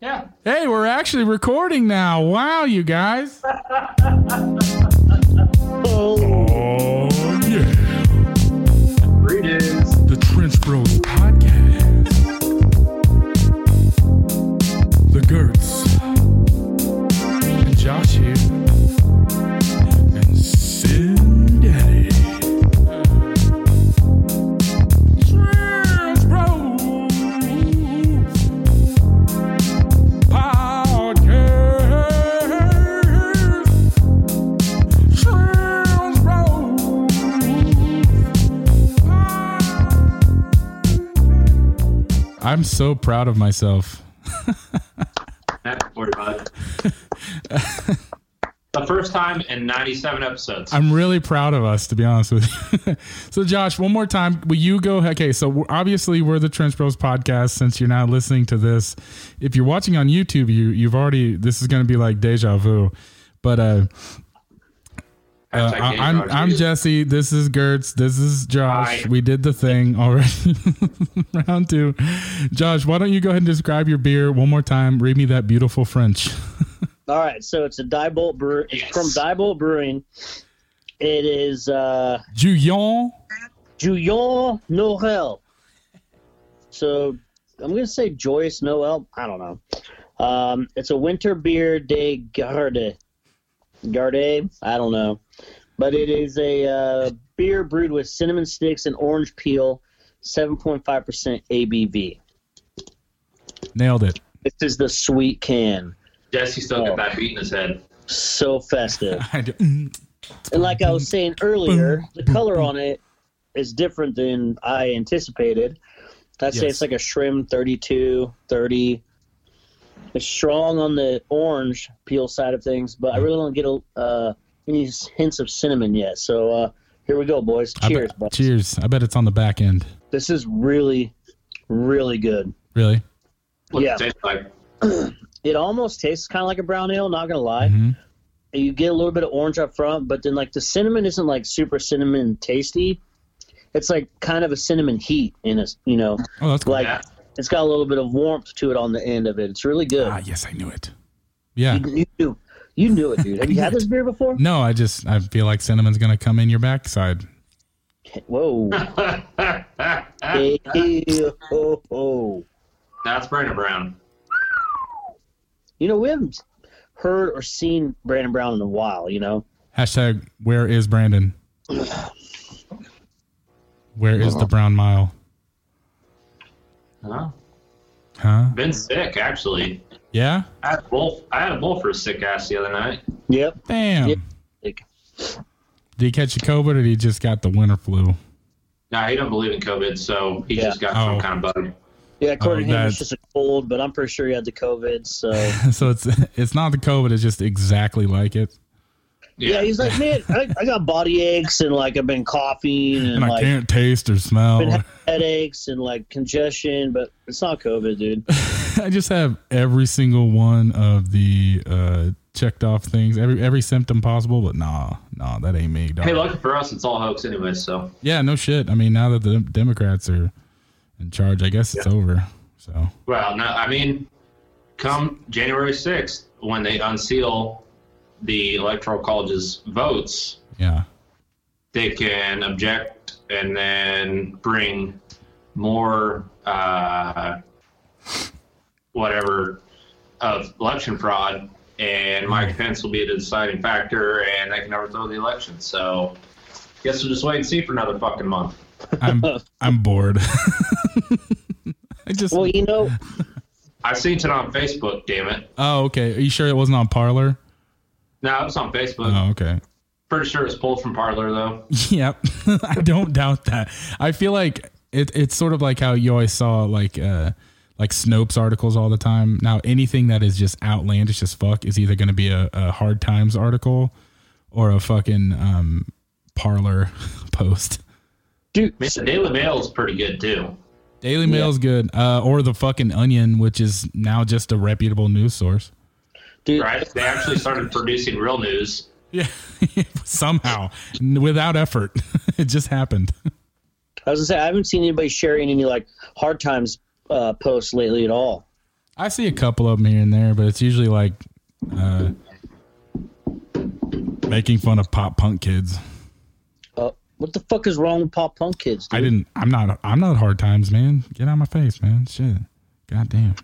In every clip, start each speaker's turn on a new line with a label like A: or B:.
A: Yeah.
B: Hey, we're actually recording now. Wow, you guys. oh, yeah.
A: Greetings.
B: The Trench Bros Podcast. the Gertz. And Josh here. And Sin Daddy. Trench Bros. Podcast. Sounds Road. I'm so proud of myself.
A: That's worry about it. the first time in 97 episodes.
B: I'm really proud of us, to be honest with you. so, Josh, one more time, will you go? Okay, so we're- obviously we're the Trench Bros podcast. Since you're now listening to this, if you're watching on YouTube, you you've already this is going to be like deja vu. But uh, Uh,
A: Hashtag
B: I,
A: Dave
B: I'm,
A: Rogers.
B: I'm Jesse. This is Gertz. This is Josh.
A: Hi.
B: We did the thing already. Round two. Josh, why don't you go ahead and describe your beer one more time? Read me that beautiful French.
C: All right, so it's a Diebolt Brew. It's
A: Yes.
C: from Diebolt Brewing. It is uh,
B: Juyon.
C: Julian Noel. So I'm gonna say Joyous Noel. I don't know. Um, it's a winter beer de Garde. Garde. I don't know, but it is a uh, beer brewed with cinnamon sticks and orange peel, 7.5% ABV.
B: Nailed it.
C: This is the sweet can.
A: Jesse still
C: Oh.
A: got that beat in his head.
C: So festive.
B: I
C: Mm-hmm.
B: do-
C: And like I was saying earlier, the color on it is different than I anticipated. I'd say
B: Yes.
C: it's like a shrimp 32, 30. It's strong on the orange peel side of things, but I really don't get a, uh, any hints of cinnamon yet. So uh, here we go, boys.
B: I bet-
C: Cheers, boys.
B: Cheers. I bet it's on the back end.
C: This is really, really good.
B: Really?
A: What
C: Yeah.
A: it tastes like.
C: It almost tastes kind of like a brown ale, not going to lie.
B: Mhm.
C: you get a little bit of orange up front, but then like the cinnamon isn't like super cinnamon tasty. It's like kind of a cinnamon heat in it, you know.
B: Oh, that's cool.
C: Like
A: Yeah.
C: it's got a little bit of warmth to it on the end of it. It's really good.
B: ah, yes, I knew it. Yeah.
C: You, you knew, you knew it, dude. Have you had this beer before?
B: No, I just I feel like cinnamon's gonna come in your backside.
C: Whoa! hey, oh, oh.
A: That's Brandon Brown.
C: You know we haven't heard or seen Brandon Brown in a while. You know,
B: Hashtag Where is Brandon? Where is the brown mile?
A: Huh?
B: Huh?
A: Been sick, actually.
B: Yeah.
A: I had a bull, I had a bull for a sick ass the other night.
C: yep.
B: Damn.
C: Yep. Like,
B: Did he catch the COVID or did he just got the winter flu?
A: Now, he don't believe in COVID, so he
C: Yeah.
A: just got
B: Oh.
A: some kind of bug.
C: Yeah, according to him,
B: that's-
C: it's just a cold, but I'm pretty sure he had the COVID. So.
B: so it's it's not the COVID. It's just exactly like it,
A: Yeah.
C: Yeah, he's like, man, I, I got body aches and like I've been coughing and,
B: and I
C: like
B: can't taste or
C: been
B: smell.
C: having headaches and like congestion, but it's not COVID, dude.
B: I just have every single one of the uh, checked off things, every every symptom possible. But nah, nah, that ain't me. Dog.
A: hey, lucky for us, it's all hoax anyway, so.
B: yeah, no shit. I mean, now that the Democrats are in charge, I guess it's over. So
A: Well, no, I mean, come January 6th, when they unseal the Electoral College's votes,
B: yeah,
A: they can object and then bring more, uh, whatever, of election fraud. And Mike Pence will be the deciding factor, and they can overthrow the election. So, guess we'll just wait and see for another fucking month.
B: I'm I'm bored. I just
C: Well, you know,
A: I've seen it on Facebook. Damn it!
B: oh okay. Are you sure it wasn't on Parlor?
A: No, it was on Facebook.
B: Oh okay.
A: Pretty sure it's pulled from Parlor though.
B: Yep, I don't doubt that. I feel like it, it's sort of like how you always saw like uh, like Snopes articles all the time. Now anything that is just outlandish as fuck is either going to be a, a Hard Times article or a fucking um, Parlor post.
C: dude,
A: Man, the Daily Mail is pretty good too.
B: Daily Mail's good, uh, or the fucking Onion, which is now just a reputable news source.
C: dude,
A: Right? They actually started producing real news.
B: Yeah, somehow n- without effort, it just happened.
C: I was gonna say I haven't seen anybody sharing any like hard times uh, posts lately at all.
B: I see a couple of them here and there, but it's usually like uh, making fun of pop punk kids.
C: Uh, what the fuck is wrong with pop punk kids? Dude?
B: I didn't. I'm not. I'm not hard times, man. Get out of my face, man. Shit. God damn.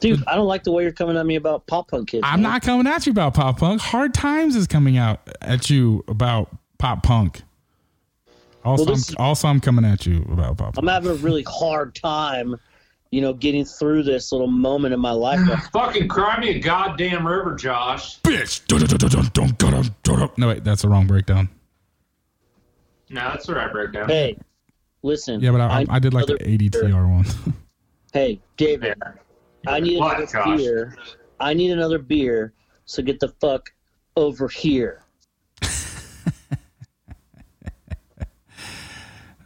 C: Dude, I don't like the way you're coming at me about pop punk kids.
B: I'm
C: man.
B: not coming at you about pop punk. Hard times is coming out at you about pop punk. Also,
C: Well, this-
B: I'm, also I'm coming at you about pop.
C: I'm
B: Punk.
C: having a really hard time, you know, getting through this little moment in my life.
A: Fucking cry me a goddamn river, Josh.
B: Bitch. Dun, dun, dun, dun, dun, dun, dun, dun, dun. No wait, that's the wrong breakdown.
A: No, that's the right breakdown.
C: hey, listen.
B: Yeah, but I, I, I did like
C: another
B: the 80
C: beer.
B: TR one.
C: Hey, David.
A: Yeah.
C: I need
A: What,
C: another
A: Josh?
C: beer. I need another beer. So get the fuck over here.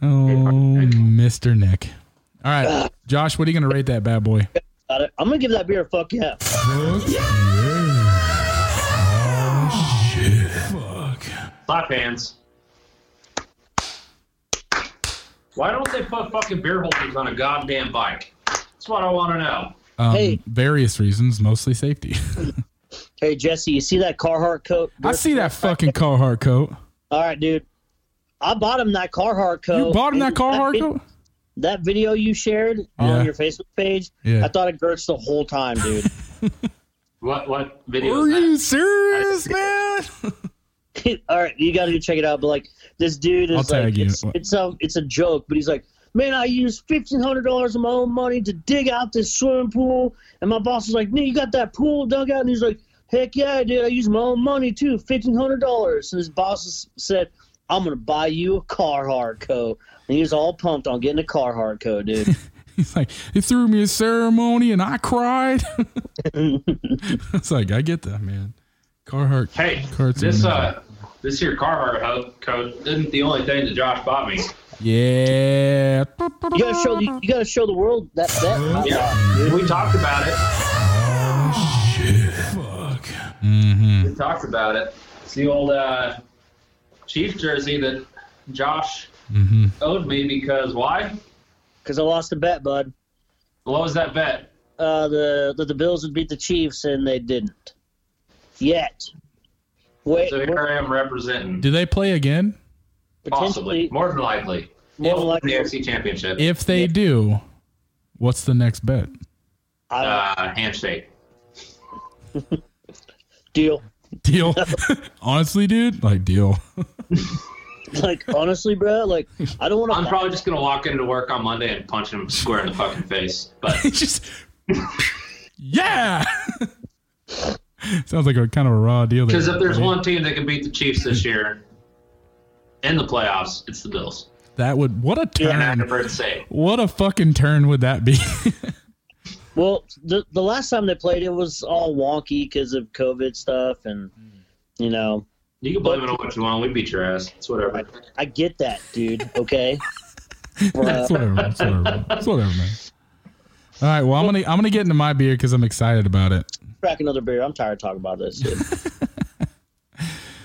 B: oh, Mr. Nick. All right, Josh, what are you gonna rate that bad boy?
C: Got it? I'm gonna give that beer a fuck yeah.
B: Fuck.
A: Slap hands. Why don't they put fucking beer holders on a goddamn bike? That's what I want to know.
B: Um,
C: Hey.
B: Various reasons, mostly safety.
C: Hey Jesse, you see that Carhartt coat?
B: I see that fucking Carhartt coat.
C: All right, dude. I bought him that Carhartt coat.
B: You bought him that Carhartt
C: vid-
B: coat?
C: That video you shared
B: Yeah.
C: on your Facebook page.
B: Yeah.
C: I thought it Gertz the whole time, dude.
A: What what video?
B: Are
A: Is that?
B: you serious, man?
C: all right, you got to go check it out. But like, this dude is
B: I'll
C: like,
B: tag you.
C: It's, it's a it's a joke, but he's like, man, I used fifteen hundred dollars of my own money to dig out this swimming pool, and my boss was like, man, you got that pool dug out, and he's like, heck yeah, I did. I used my own money too, fifteen hundred dollars. And his boss s- said, I'm gonna buy you a Carhartt coat, and he was all pumped on getting a Carhartt coat, dude.
B: He's like, he threw me a ceremony and I cried. it's like, I get that, man. Carhartt.
A: Hey,
B: Cards
A: this
B: in
A: uh, this here Carhartt ho- coat isn't the only thing that Josh bought me.
B: Yeah.
C: you gotta show the, you gotta show the world that that.
A: Yeah, we talked about it.
B: Oh, Fuck. hmm
A: We talked about it. It's the old uh, Chief jersey that Josh
B: hmm
A: owed me because why?
C: Because I lost a bet, bud.
A: What was that bet?
C: uh, the that the Bills would beat the Chiefs, and they didn't yet. Wait,
A: So here I am representing.
B: Do they play again?
A: Possibly,
C: potentially
A: more than likely.
C: more than
A: Well,
C: likely.
A: the AFC Championship.
B: If they do, what's the next bet?
C: I don't
A: Uh, handshake.
C: deal.
B: Deal. Honestly, dude, like deal.
C: Like honestly, bro, like I don't
A: I'm
C: want to.
A: probably just gonna walk into work on Monday and punch him square in the fucking face. But
B: It's just, yeah. Sounds like a kind of a raw deal. there,
A: because if there's
B: right?
A: one team that can beat the Chiefs this year in the playoffs, it's the Bills.
B: that would what a
A: And
B: turn.
A: I've heard say
B: What a fucking turn would that be?
C: Well, the the last time they played, it was all wonky because of COVID stuff, and you know,
A: you can blame it on what you want. We beat your ass. It's whatever.
C: I get that, dude. Okay,
A: Uh.
B: It's whatever. It's whatever. It's whatever, man. All right. Well, I'm gonna I'm gonna get into my beer because I'm excited about it.
C: crack another beer. I'm tired of talking about this. Dude.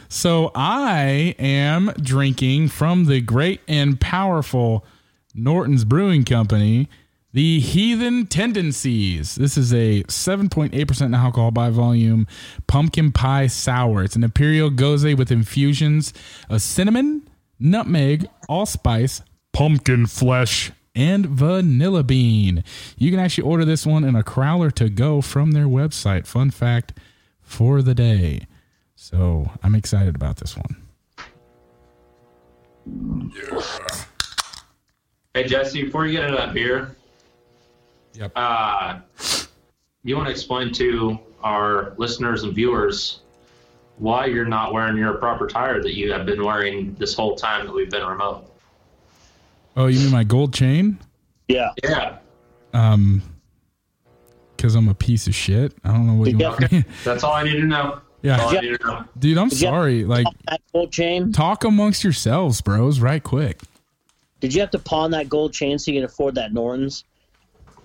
B: So I am drinking from the great and powerful Norton's Brewing Company, the Heathen Tendencies. This is a 7.8% in alcohol by volume pumpkin pie sour. It's an imperial goze with infusions of cinnamon, nutmeg, allspice, pumpkin flesh, and vanilla bean. You can actually order this one in a crowler to go from their website. Fun fact for the day. So I'm excited about this one.
A: Hey Jesse, before you get into that beer,
B: Yep.
A: uh, you want to explain to our listeners and viewers why you're not wearing your proper tire that you have been wearing this whole time that we've been remote.
B: Oh, you mean my gold chain?
C: Yeah,
A: Yeah,
B: Um, because I'm a piece of shit. I don't know what you
C: Yeah.
B: want. from me.
A: that's all I need to know. That's all
B: yeah,
A: I need to know.
B: dude, I'm sorry. Like,
C: that gold chain.
B: talk amongst yourselves, bros, right quick.
C: Did you have to pawn that gold chain so you can afford that Norton's?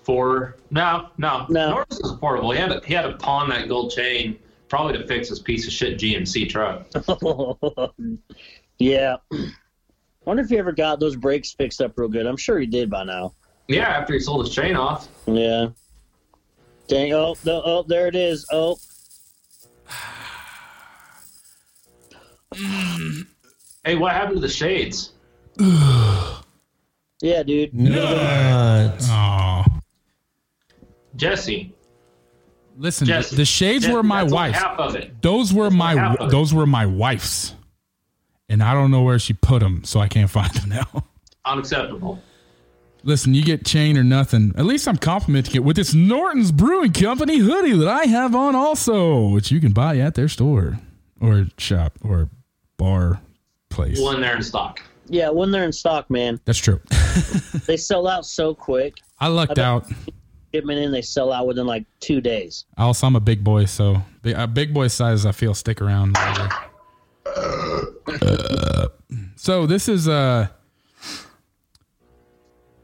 A: For no, no,
C: No.
A: Norris is affordable. He had to, he had to pawn that gold chain probably to fix his piece of shit GMC truck.
C: yeah. Wonder if he ever got those brakes fixed up real good. I'm sure he did by now.
A: yeah, after he sold his chain off.
C: Yeah. Dang! Oh, the, oh, there it is. Oh,
A: Hey, what happened to the shades?
C: yeah, dude.
D: Nuts.
B: Oh,
A: Jesse.
B: listen,
A: Jesse.
B: the shades
A: Jesse,
B: were my
A: that's only
B: wife's.
A: Half of it.
B: Those were my
A: half of it.
B: those were my wife's, and I don't know where she put them, so I can't find them now.
A: Unacceptable.
B: Listen, you get chain or nothing. At least I'm complimenting it with this Norton's Brewing Company hoodie that I have on also, which you can buy at their store or shop or bar place.
A: One there in stock.
C: Yeah, when they're in stock, man,
B: That's true.
C: they sell out so quick.
B: I lucked out.
C: Shipment in, they sell out within like two days.
B: I also, I'm a big boy, so big, uh, big boy sizes I feel stick around. longer. so this is uh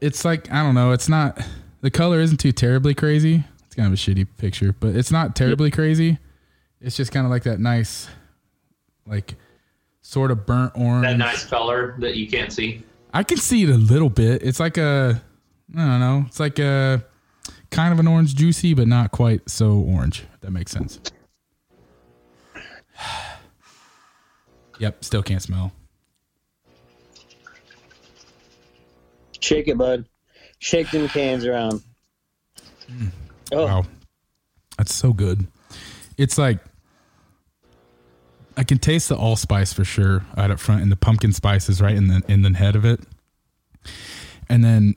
B: it's like I don't know. It's not the color isn't too terribly crazy. It's kind of a shitty picture, but it's not terribly crazy. It's just kind of like that nice, like sort of burnt orange.
A: That nice color that you can't see.
B: I can see it a little bit. It's like a, I don't know. It's like a kind of an orange juicy, but not quite so orange. If that makes sense. yep, still can't smell.
C: Shake it, bud. Shake them cans around. Oh,
B: Wow, that's so good. It's like I can taste the allspice for sure out up front, and the pumpkin spices right in the in the head of it. And then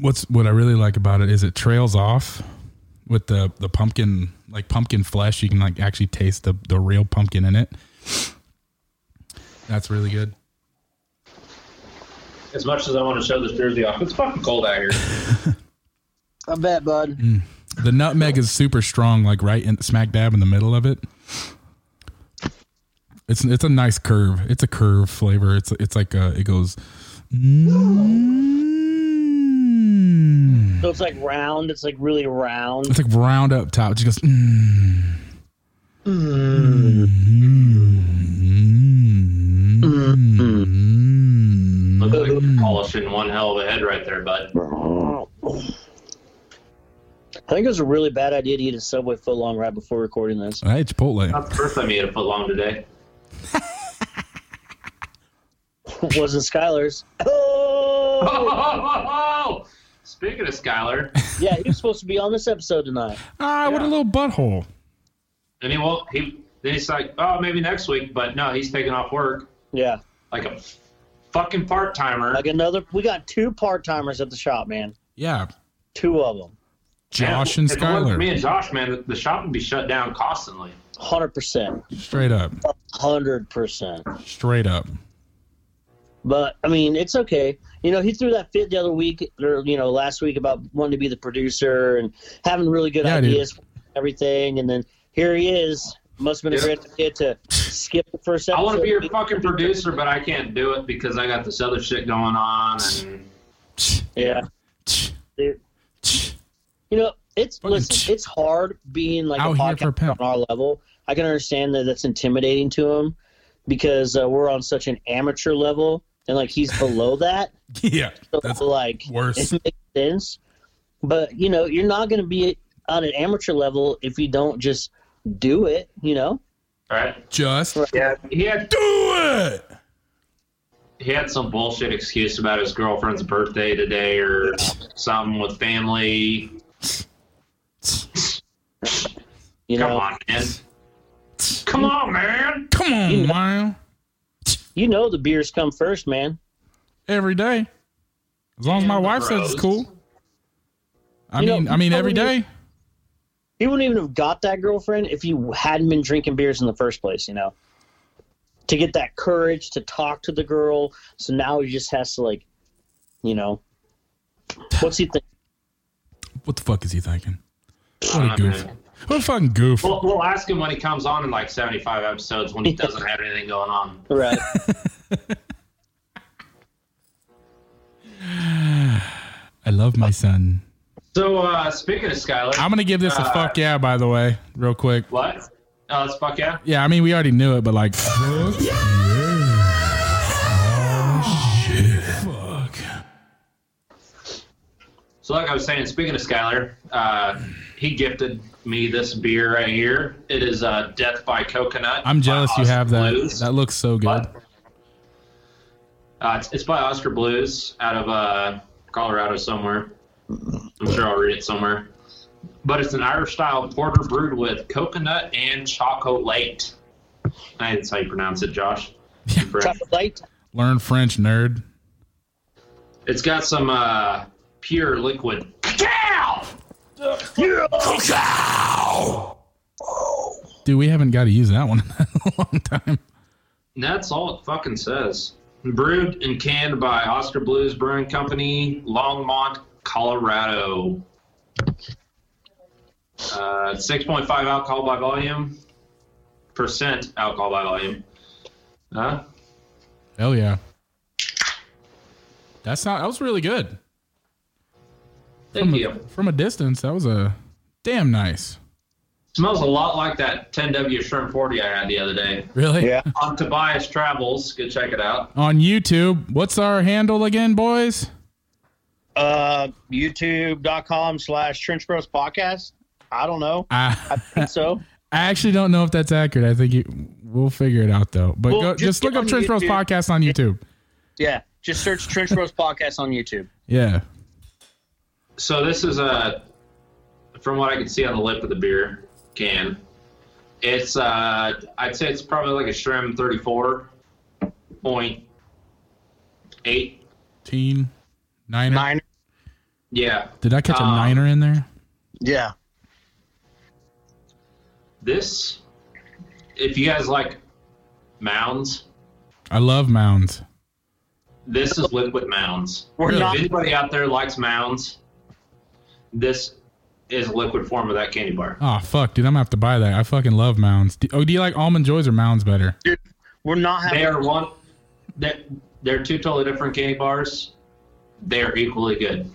B: what's what I really like about it is it trails off with the the pumpkin like pumpkin flesh. You can like actually taste the the real pumpkin in it. That's really good.
A: As much as I want to show this jersey off, it's fucking cold out here.
C: I bet, bud.
B: The nutmeg is super strong, like right in smack dab in the middle of it. It's it's a nice curve. It's a curve flavor. It's it's like uh it goes. Mm.
C: So it's like round. It's like really round.
B: It's like round up top. It just goes. mm.
A: Looks like
B: Mm.
A: you're polishing one hell of a head right there, bud.
C: I think it was a really bad idea to eat a Subway foot long right before recording this.
B: I had Chipotle.
A: That's the first time you ate a foot long today.
C: It wasn't Skylar's. Oh!
A: Oh! Speaking of Skylar,
C: Yeah, he was supposed to be on this episode tonight.
B: Ah, what a
A: Yeah.
B: little butthole.
A: and he won't. He then he's like, oh, maybe next week, but no, he's taking off work
C: Yeah,
A: like a fucking part timer.
C: like another. We got two part timers at the shop, man.
B: Yeah,
C: Two of them,
B: Josh and
A: If it weren't for Me
B: Skylar,
A: and Josh, man, the- the shop would be shut down constantly.
C: hundred percent,
B: straight up,
C: hundred percent.
B: straight up.
C: But I mean, it's okay. You know, he threw that fit the other week, or you know, last week about wanting to be the producer and having really good
B: Yeah, dude.
C: ideas, for everything, and then here he is. Must have been a
A: Yeah.
C: great idea to skip the first episode.
A: I want to be your fucking producer, but I can't do it because I got this other shit going on. And
C: yeah, dude. You know, it's
B: Fucking ch-
C: listen, it's hard being like
B: Out
C: a
B: here for a
C: podcast
B: pimp.
C: on our level. I can understand that that's intimidating to him because uh, we're on such an amateur level, and like he's below that.
B: Yeah,
C: So
B: that's
C: like
B: worse.
C: it makes sense. But you know, you're not going to be on an amateur level if you don't just do it. You know,
A: all right,
B: Just do
A: yeah, he had
B: it.
A: he had some bullshit excuse about his girlfriend's birthday today or something with family.
C: you
A: Come
C: know,
A: on, man. Come on, man.
B: Come on,
C: You know-
B: man.
C: you know, the beers come first, man.
B: every day. As long as my
A: Damn,
B: wife says
A: bros.
B: it's cool. I
C: You know,
B: mean, I mean
C: you
B: every
C: know when
B: day.
C: He wouldn't even have got that girlfriend if you hadn't been drinking beers in the first place. You know, to get that courage to talk to the girl. So now he just has to like, you know, what's he think?
B: What the fuck is he thinking?
A: I
B: What a
A: don't know,
B: goof!
A: man.
B: What a fucking goof!
A: We'll, we'll ask him when he comes on in like 75 episodes when he doesn't have anything going on.
C: Right.
B: I love my son.
A: So, uh, speaking of Skylar,
B: I'm gonna give this a
A: Uh,
B: fuck yeah. By the way, real quick.
A: what? Uh, let's fuck yeah.
B: Yeah, I mean we already knew it, but like, fuck yeah. Oh, shit. Fuck.
A: So, like I was saying, speaking of Skyler, uh, he gifted me this beer right here. It is uh, Death by Coconut.
B: I'm
A: by
B: jealous you
A: Oscar
B: have that.
A: Blues.
B: That looks so good.
A: But- Uh, it's, it's by Oscar Blues out of uh, Colorado somewhere. I'm sure I'll read it somewhere. But it's an Irish style porter brewed with coconut and chocolate. I That's how you pronounce it, Josh.
B: Yeah.
A: Correct.
C: Chocolate light.
B: Learn French, nerd.
A: It's got some uh, pure liquid.
B: Dude, we haven't got to use that one in a long time.
A: And that's all it fucking says. Brewed and canned by Oscar Blues Brewing Company, Longmont, Colorado. Uh, 6.5 alcohol by volume, percent alcohol by volume. Huh?
B: Hell yeah. That's not. That was really good.
A: Thank
B: from
A: you.
B: A, from a distance, that was a damn nice.
A: Smells a lot like that 10W Shrimp 40 I had the other day.
B: Really?
C: Yeah.
A: On Tobias Travels, go check it out.
B: On YouTube, what's our handle again, boys?
C: Uh, YouTube.com slash Trench Bros Podcast. I don't know.
B: I,
C: think so.
B: I actually don't know if that's accurate. I think you, we'll figure it out though. But
C: Well,
B: go,
C: just
B: just look
C: get
B: up
C: on
B: Trench Bros
C: YouTube.
B: podcast on YouTube.
C: Yeah. Just search Trench Bros Podcast on YouTube.
B: Yeah.
A: So this is a, from what I can see on the lip of the beer can, it's uh, I'd say it's probably like a Shrimp 34.8.
B: Teen niner.
C: Nine.
A: Yeah,
B: Did I catch a
A: Um,
C: Ah.
B: niner in there?
C: Yeah.
A: this, if you guys like mounds,
B: I love mounds.
A: this is liquid mounds.
C: We're
B: Really?
A: If
C: not.
A: anybody out there likes mounds, this is a liquid form of that candy bar.
B: Oh fuck, dude, I'm gonna have to buy that. I fucking love mounds. Do- oh, do you like almond joys or mounds better?
C: We're not
A: They
C: having.
A: are one, they're, they're two totally different candy bars. They are equally good.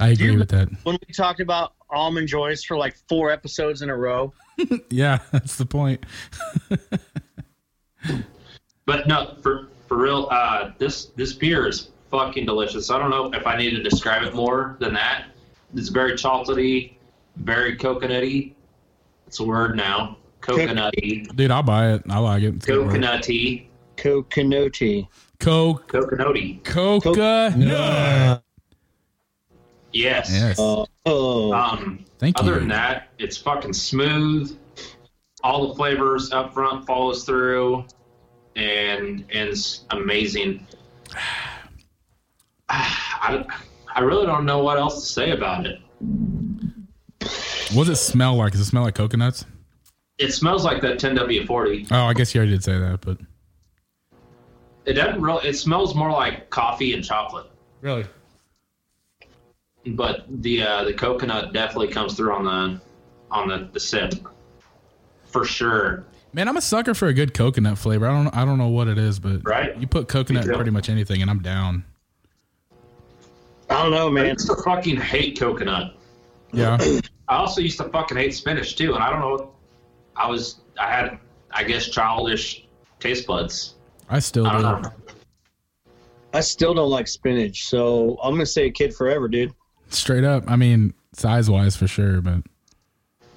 B: I agree
C: You-
B: with that.
C: When we talked about almond joys for like four episodes in a row,
B: Yeah, that's the point.
A: But no, for for real, uh, this this beer is fucking delicious. I don't know if I need to describe it more than that. It's very chocolatey, very coconutty. It's a word now. Coconutty,
B: Dude, I'll buy it. I like it. It's good work.
A: coconutty,
C: coconut tea.
B: Coke.
A: coconutty.
B: Coca.
A: Yes.
B: Yes.
C: Uh, oh.
A: Um.
B: Thank
A: other
B: you.
A: than that, it's fucking smooth. All the flavors up front follows through, and and it's amazing. I, I really don't know what else to say about it.
B: What does it smell like? Does it smell like coconuts?
A: It smells like that 10W40.
B: Oh, I guess you already did say that, but
A: It doesn't really. It smells more like coffee and chocolate,
B: really,
A: but the uh, the coconut definitely comes through on the on the, the sip for sure.
B: man, I'm a sucker for a good coconut flavor. I don't, I don't know what it is, but
A: Right.
B: you put coconut in
A: Me too.
B: pretty much anything, and I'm down.
C: I don't know,
A: I
C: man.
A: used to fucking hate coconut.
B: Yeah,
A: I also used to fucking hate spinach too, and I don't know. I was I had I guess childish taste buds.
B: I still
A: I don't
B: do.
A: know.
C: I still don't like spinach, so I'm gonna say kid forever, dude.
B: Straight up, I mean, size wise for sure, but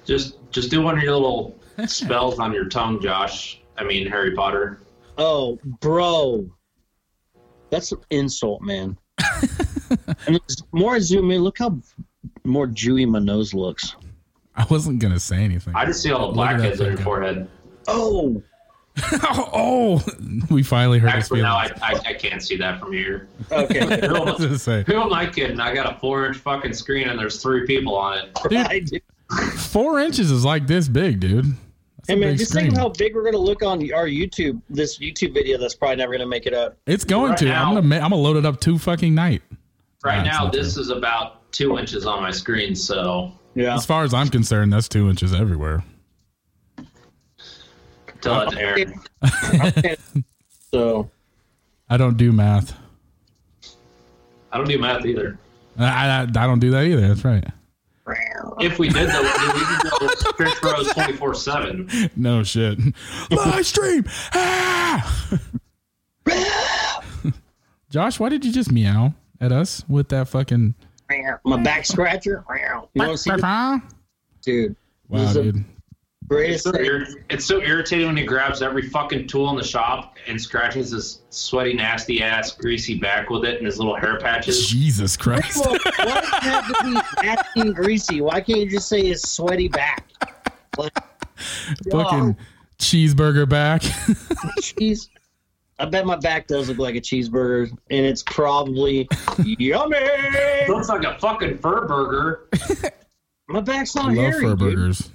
A: Just just do one of your little spells on your tongue, Josh. I mean Harry Potter.
C: Oh, bro, that's an insult, man. and it's- more I zoom in, look how more dewy my nose looks.
B: I wasn't gonna say anything.
A: I just see all the
B: Look at that
A: blackheads on your
B: thing.
A: forehead.
C: Oh,
B: oh, we finally hurt his
A: Actually,
B: feelings.
A: now I,
B: I,
A: I, I can't see that from here.
C: okay.
A: Who
B: was
A: am,
B: gonna say
A: who am I kidding? I got a four-inch fucking screen and there's three people on it.
C: I did-
B: four inches is like this big, dude. That's
C: Hey
B: a
C: man,
B: big
C: just
B: screen.
C: think how big we're gonna look on our YouTube. This YouTube video that's probably never gonna make it up.
B: it's going
A: right
B: to.
A: now-
B: I'm gonna, ma- I'm gonna load it up two fucking night.
A: Right
B: Nah, it's
A: now,
B: not
A: this is about two inches on my screen, so
C: Yeah.
B: As far as I'm concerned, that's two inches everywhere.
A: tell it to Aaron.
C: So
B: I don't do math.
A: I don't do math either.
B: I, I, I don't do that either. That's right.
A: If we did, though, we could go Chris Rose 24-7.
B: No shit. Live stream. Ah! Josh, why did you just meow at us with that fucking
C: I'm a back scratcher. You want to see the
B: Wow,
C: dude? This is a-
B: dude.
A: It's
C: Greatest
A: so,
C: thing.
A: ir- it's so irritating when he grabs every fucking tool in the shop and scratches his sweaty, nasty ass, greasy back with it and his little hair patches.
B: Jesus Christ.
C: Why does it have to be nasty and greasy? Why can't you just say his sweaty back? Like,
B: Fucking cheeseburger back.
C: oh, cheese. I bet my back does look like a cheeseburger, and it's probably yummy.
A: Looks like a fucking fur burger.
C: My back's not
B: I love
C: hairy.
B: fur
C: dude.
B: burgers.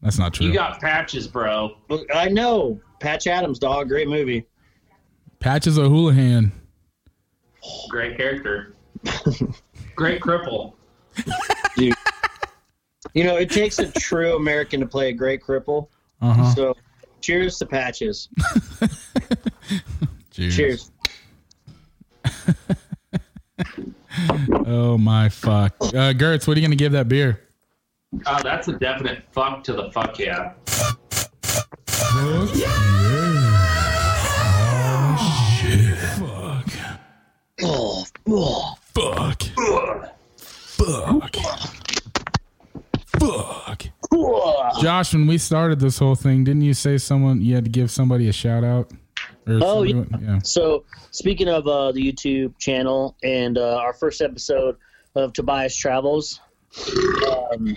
B: That's not true.
A: You got patches, bro.
C: I know. Patch Adams, dog. Great movie.
B: Patches O'Houlihan.
A: Great character. Great cripple.
C: You know, it takes a true American to play a great cripple.
B: Uh huh.
C: So, cheers to patches.
B: Cheers.
C: Cheers.
B: Oh my fuck. Uh, Gertz, what are you gonna give that beer?
A: Oh, that's a definite fuck to the fuck yeah.
C: Oh, oh.
B: Fuck. Fuck. Fuck.
C: Oh,
B: Josh, when we started this whole thing, didn't you say someone you had to give somebody a shout out? Or
C: Oh,
B: somebody- yeah.
C: So, speaking of uh, the YouTube channel and uh, our first episode of Tobias Travels, um, I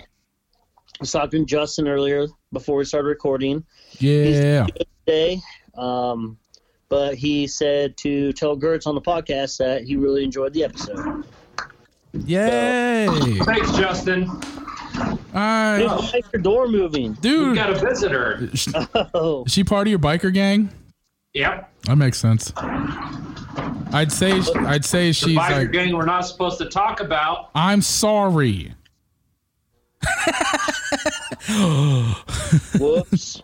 C: was talking to Justin earlier before we started recording
B: Yeah.
C: today. Um, but he said to tell Gertz on the podcast that he really enjoyed the episode.
B: Yay.
A: Thanks, Justin.
B: All right.
C: Why is your door moving?
A: We
B: Dude,
A: got a visitor.
B: sh-
C: Oh,
B: is she part of your biker gang?
A: Yep.
B: That makes sense. I'd say I'd say
A: The
B: she's
A: biker
B: like
A: gang we're not supposed to talk about.
B: I'm sorry.
C: whoops.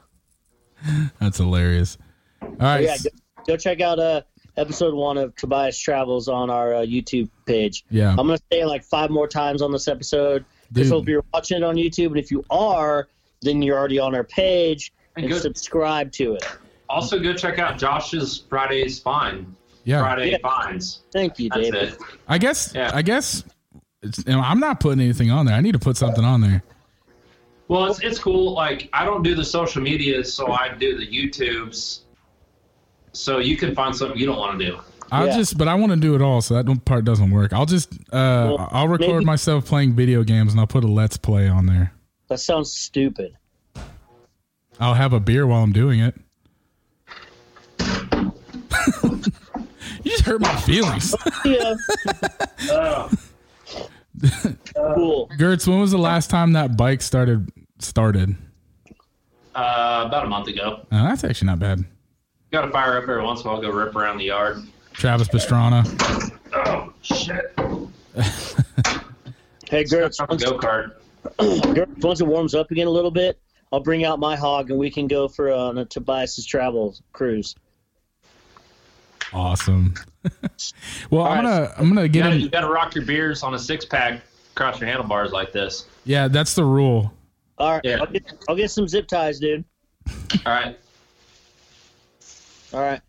B: That's hilarious. All right.
C: yeah, go, go check out uh, episode one of Tobias Travels on our uh, YouTube page.
B: Yeah.
C: I'm gonna say it like five more times on this episode.
B: Dude.
C: Just hope you're watching it on YouTube, and if you are, then you're already on our page
A: And
C: and,
A: go-
C: subscribe to it.
A: Also, go check out Josh's Friday's Fine.
B: Yeah.
A: Friday
C: Yeah.
A: Fines.
C: Thank you,
A: That's
C: David.
A: it.
B: I guess
A: Yeah.
B: I guess it's, you know, I'm not putting anything on there. I need to put something on there.
A: Well, it's, it's cool. Like, I don't do the social media, so I do the YouTubes. So you can find something you don't want to do.
B: I'll
C: Yeah.
B: just, but I want to do it all, so that don't- part doesn't work. I'll just, uh, I'll record
C: maybe-
B: myself playing video games, and I'll put a let's play on there.
C: That sounds stupid.
B: I'll have a beer while I'm doing it. you just hurt my feelings,
C: Yeah. cool.
B: Gertz. When was the last time that bike started started?
A: Uh, about a month ago.
B: Uh, that's actually not bad.
A: Got to fire up every once in a while, go rip around the yard.
B: Travis Pastrana.
A: Oh, shit.
C: Hey, Gertz,
A: Stuck on a
C: once,
A: go kart.
C: Gertz, once it warms up again a little bit, I'll bring out my hog and we can go for uh, a Tobias's travel cruise.
B: Awesome. well, I'm
C: right.
B: gonna, I'm gonna
A: You
B: get
A: gotta,
B: him.
A: you gotta rock your beers on a six pack across your handlebars like this.
B: Yeah, that's the rule.
C: All right.
A: Yeah.
C: I'll, get, I'll get some zip ties, dude.
A: All right.
C: All right.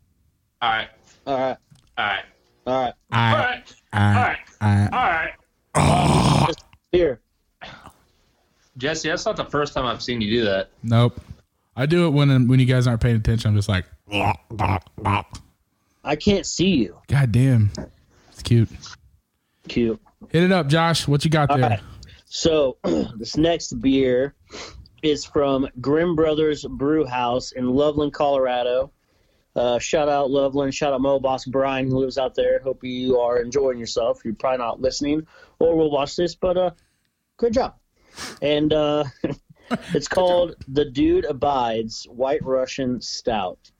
A: All right.
C: All right.
A: All right.
C: All right.
A: All
B: I,
A: right.
B: I, I,
A: All right.
C: Here.
A: Jesse, that's not the first time I've seen you do that.
B: nope. I do it when when you guys aren't paying attention. I'm just like,
C: I can't see you.
B: God damn. It's cute.
C: Cute.
B: Hit it up, Josh. What you got there?
C: right. So this next beer is from Grim Brothers Brew House in Loveland, Colorado. Uh, shout out Loveland. Shout out Mo Boss Brian who lives out there. Hope you are enjoying yourself. You're probably not listening or will watch this, but uh, good job. And uh, it's called The Dude Abides White Russian Stout.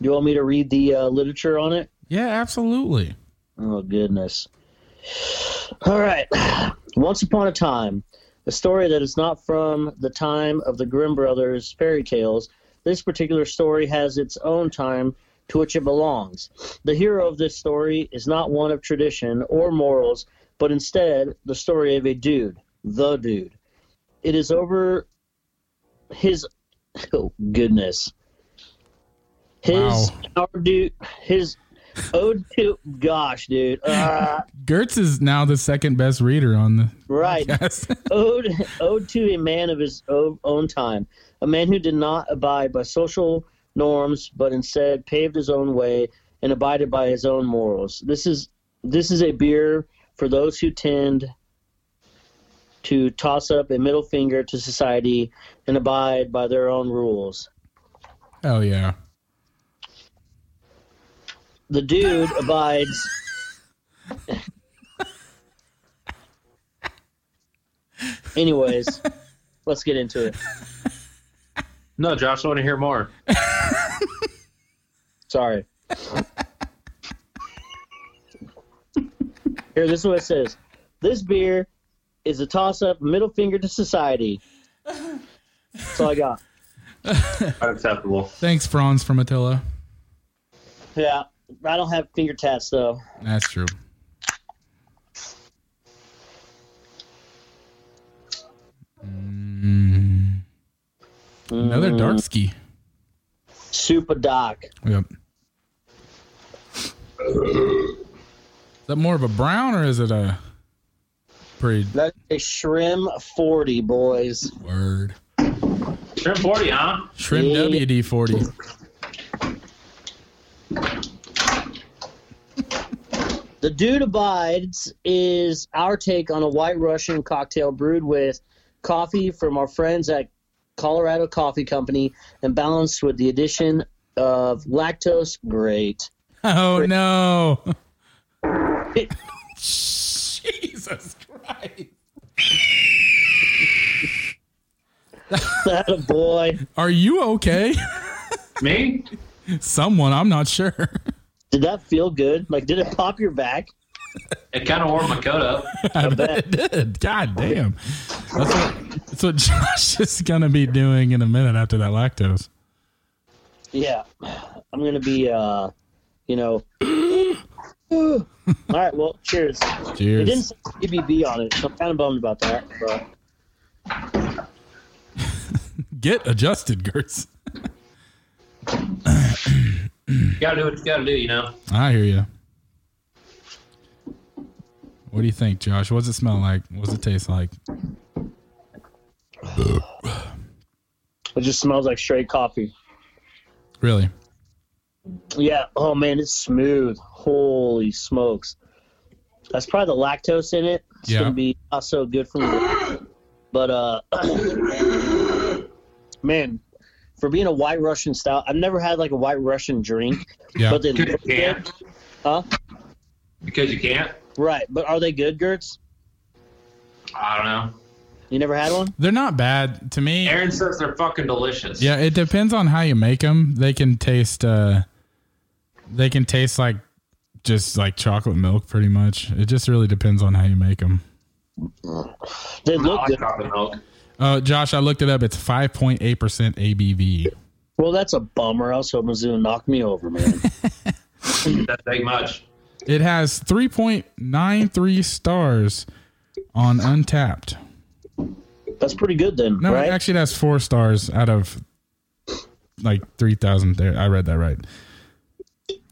C: Do you want me to read the uh, literature on it?
B: Yeah, absolutely.
C: Oh, goodness. All right. Once upon a time, a story that is not from the time of the Grimm Brothers fairy tales, this particular story has its own time to which it belongs. The hero of this story is not one of tradition or morals, but instead the story of a dude, the dude. It is over his. Oh, goodness. His,
B: Wow.
C: our dude, his Ode to gosh, dude. Uh,
B: Gertz is now the second best reader on the
C: right.
B: yes.
C: Ode Ode to a man of his o- own time, a man who did not abide by social norms, but instead paved his own way and abided by his own morals. This is this is a beer for those who tend to toss up a middle finger to society and abide by their own rules.
B: Hell yeah.
C: The dude abides. Anyways, let's get into it.
A: No, Josh, I want to hear more.
C: Sorry. Here, this is what it says. This beer is a toss up middle finger to society. That's all I got.
A: Unacceptable.
B: Thanks, Franz from Attila.
C: Yeah. I don't have finger tats though.
B: That's true. Mm, another
C: Mm,
B: dark ski.
C: Super doc.
B: Yep. Is that more of a brown or is it a pretty
C: That's a shrim forty, boys.
B: word?
A: Shrimp 40, huh?
B: Shrimp
C: Yeah.
B: WD 40.
C: The Dude Abides is our take on a white Russian cocktail brewed with coffee from our friends at Colorado Coffee Company and balanced with the addition of lactose. Great.
B: Oh no.
C: It-
B: Jesus Christ.
C: That a boy.
B: Are you okay?
A: Me?
B: Someone, I'm not sure.
C: Did that feel good? Like, did it pop your back?
A: It kind of warmed my coat up.
B: I bet
C: bet.
B: it did. God damn. That's what, that's what Josh is going to be doing in a minute after that lactose.
C: Yeah. I'm going to be, uh, you know. All right. Well, cheers. It didn't
B: Cheers.
C: say CBB on it, so I'm kind of bummed about that. But
B: Get adjusted, Gertz.
A: You gotta do what you gotta do, you know?
B: I hear you. What do you think, Josh? What's it smell like? What's it taste like?
C: it just smells like straight coffee.
B: Really?
C: Yeah. Oh man, it's smooth. Holy smokes. That's probably the lactose in it. It's
B: Yeah.
C: gonna be not so good for me. But uh man, for being a white Russian style, I've never had like a white Russian drink.
B: Yeah.
C: But they
A: Because you
C: look good.
A: can't.
C: Huh?
A: Because you can't?
C: Right. But are they good, Gertz?
A: I don't know.
C: You never had one?
B: They're not bad to me.
A: Aaron says they're fucking delicious.
B: Yeah, it depends on how you make them. They can taste uh they can taste like just like chocolate milk pretty much. It just really depends on how you make them.
C: They
A: I
C: look
A: like
C: good.
A: chocolate milk.
B: Uh Josh, I looked it up. It's 5.8% ABV.
C: Well, that's a bummer. I was hoping it was gonna knock me over, man.
A: That big much.
B: It has 3.93 stars on Untapped.
C: that's pretty good then,
B: No,
C: right?
B: it actually it has 4 stars out of like 3000 there. I read that right.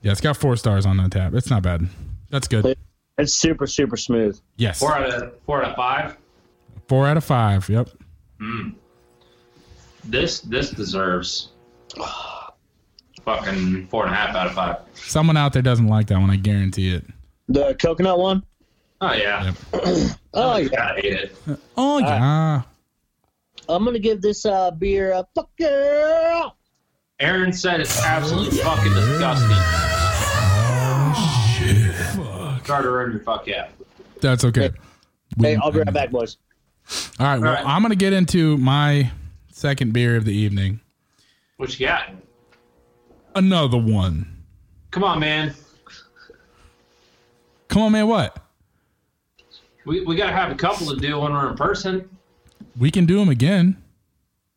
B: Yeah, it's got 4 stars on Untapped. It's not bad. That's good.
C: it's super, super smooth.
B: Yes.
A: Four out of four out of five.
B: 4 out of 5. Yep.
A: This this deserves fucking four and a half out of five.
B: Someone out there doesn't like that one. I guarantee it.
C: The coconut one?
A: Oh yeah.
B: Yep.
C: Oh
A: You
C: yeah.
A: gotta hate it.
B: Oh yeah.
C: I'm gonna give this uh, beer a fuck yeah.
A: Aaron said it's absolutely fucking disgusting.
C: Oh,
A: Sorry to ruin your fuck yeah.
B: That's okay. We-
C: Hey, I'll be right back, boys.
B: All right. Well,
A: All right.
B: I'm gonna get into my second beer of the evening.
A: What you got?
B: Another one.
A: Come on, man.
B: Come on, man. What?
A: We, we gotta have a couple to do when we're in person.
B: We can do them again.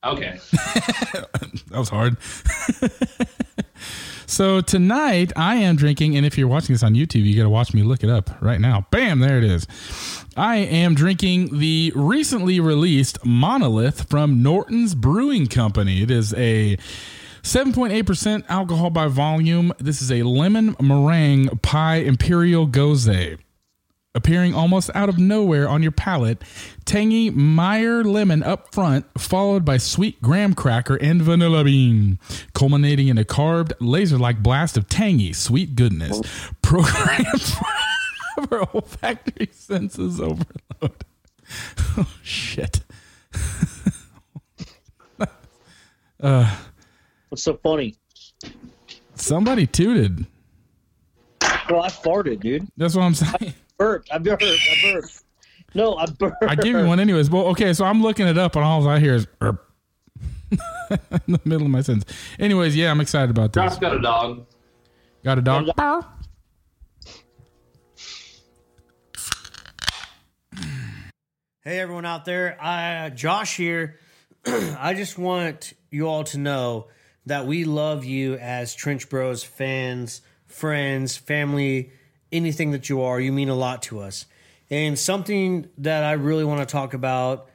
A: Okay.
B: That was hard. so tonight I am drinking, and if you're watching this on YouTube, you got to watch me look it up right now. Bam, there it is. I am drinking the recently released Monolith from Norton's Brewing Company. It is a 7.8% alcohol by volume. This is a lemon meringue pie imperial goze. Appearing almost out of nowhere on your palate, tangy Meyer lemon up front, followed by sweet graham cracker and vanilla bean, culminating in a carved laser like blast of tangy, sweet goodness. Programmed for olfactory senses overload. Oh, shit.
C: What's so funny?
B: Somebody tooted.
C: Well, I farted, dude.
B: That's what I'm saying.
C: Burped. I burped. I burped. No, I burped.
B: I gave you one anyways. Well, okay, so I'm looking it up, and all I hear is "Erp." in the middle of my sentence. Anyways, yeah, I'm excited about this.
A: Josh got a dog.
B: Got a dog.
D: Hey, everyone out there. Uh, Josh here. I just want you all to know that we love you as Trench Bros fans, friends, family, anything that you are. You mean a lot to us. And something that I really want to talk about,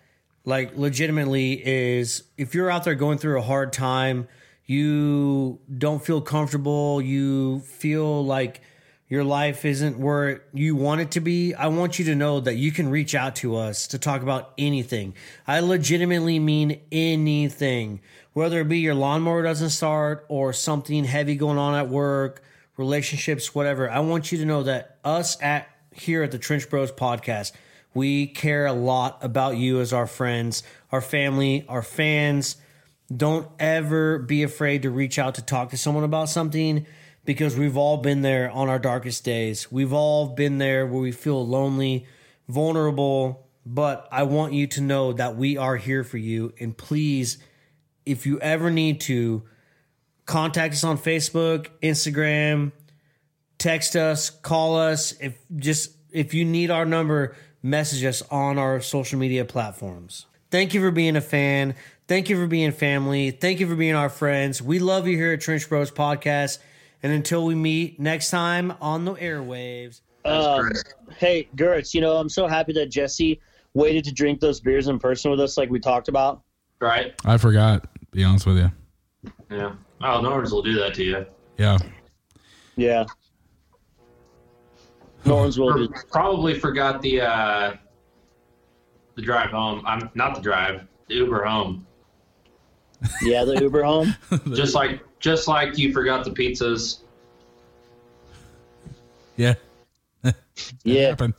D: like legitimately, is if you're out there going through a hard time, you don't feel comfortable, you feel like your life isn't where you want it to be, I want you to know that you can reach out to us to talk about anything. I legitimately mean anything, whether it be your lawnmower doesn't start or something heavy going on at work, relationships, whatever. I want you to know that us at here at the Trench Bros podcast, we care a lot about you as our friends, our family, our fans don't ever be afraid to reach out to talk to someone about something because we've all been there on our darkest days. We've all been there where we feel lonely, vulnerable, but I want you to know that we are here for you. And please, if you ever need to, contact us on Facebook, Instagram, text us, call us. If just if you need our number, message us on our social media platforms. Thank you for being a fan. Thank you for being family. Thank you for being our friends. We love you here at Trench Bros Podcast. And until we meet next time on the airwaves,
C: Um, hey, Gertz, you know, I'm so happy that Jesse waited to drink those beers in person with us like we talked about.
A: Right?
B: I forgot. to Be honest with you.
A: Yeah. Oh, Norris will do that to you.
B: Yeah.
C: Yeah. No one's will do.
A: Probably forgot the uh, the drive home. I'm not the drive. The Uber home.
C: Yeah, the Uber home.
A: Just like just like you forgot the pizzas.
B: Yeah.
C: Yeah.
B: Happened.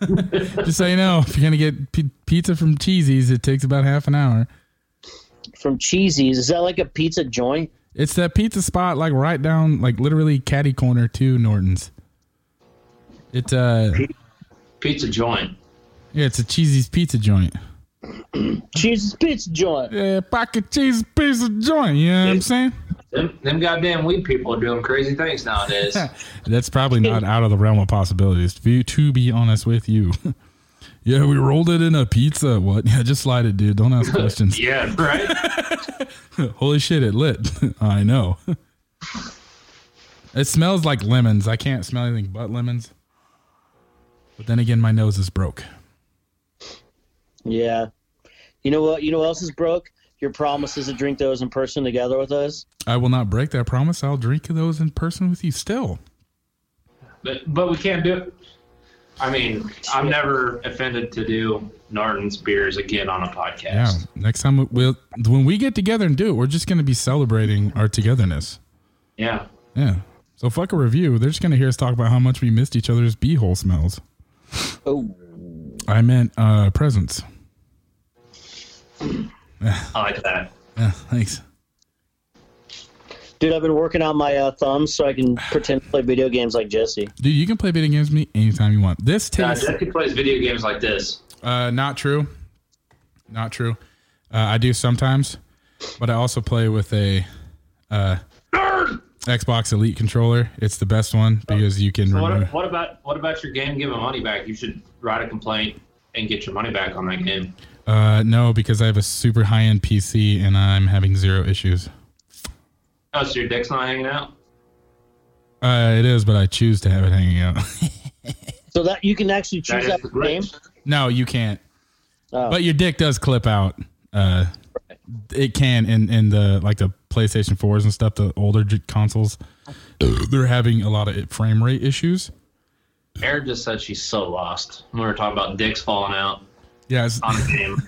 B: Just so you know, if you're gonna get p- pizza from Cheesy's, it takes about half an hour.
C: From Cheesy's. Is that like a pizza joint?
B: It's that pizza spot, like right down, like literally caddy corner to Norton's. It's uh,
A: Pizza joint.
B: yeah, it's a Cheesy's pizza joint.
C: Cheesy's pizza joint.
B: Yeah, pocket cheese pizza joint. You know what I'm saying?
A: Them, them goddamn weed people are doing crazy things nowadays.
B: That's probably not out of the realm of possibilities. To be, to be honest with you, yeah, we rolled it in a pizza. What? Yeah, just slide it, dude. Don't ask questions.
A: yeah, right?
B: Holy shit, it lit. I know. it smells like lemons. I can't smell anything but lemons. But then again, my nose is broke.
C: Yeah. You know what? You know what else is broke? Your promises to drink those in person together with us.
B: I will not break that promise. I'll drink those in person with you still.
A: But, but we can't do it. I mean, I'm never offended to do Norton's beers again on a podcast.
B: Yeah. Next time we'll when we get together and do it, we're just going to be celebrating our togetherness.
A: Yeah.
B: Yeah. So fuck a review. They're just going to hear us talk about how much we missed each other's beehole smells.
C: Oh,
B: I meant uh presents.
A: I like that. Uh,
B: Yeah, thanks.
C: dude, I've been working on my uh, thumbs so I can pretend to play video games like Jesse.
B: Dude, you can play video games with me anytime you want. This
A: Uh,
B: tastes
A: Jesse plays video games like this.
B: Uh, not true. Not true. Uh, I do sometimes, but I also play with a uh, Xbox Elite controller. It's the best one because you can
A: Oh, So
B: remove.
A: what, what about what about your game giving money back? You should write a complaint and get your money back on that game.
B: Uh, no, because I have a super high end PC and I'm having zero issues.
A: Oh, so your dick's not hanging out?
B: Uh, it is, but I choose to have it hanging out.
C: So that you can actually
A: That
C: choose
A: is
C: that game.
A: great.
B: no, you can't.
C: Oh.
B: But your dick does clip out. Uh, it can in in the like the PlayStation 4s and stuff, the older j- consoles, they're having a lot of frame rate issues.
A: Erin just said she's so lost. We were talking about dicks falling out
B: Yeah, it's,
A: on the game.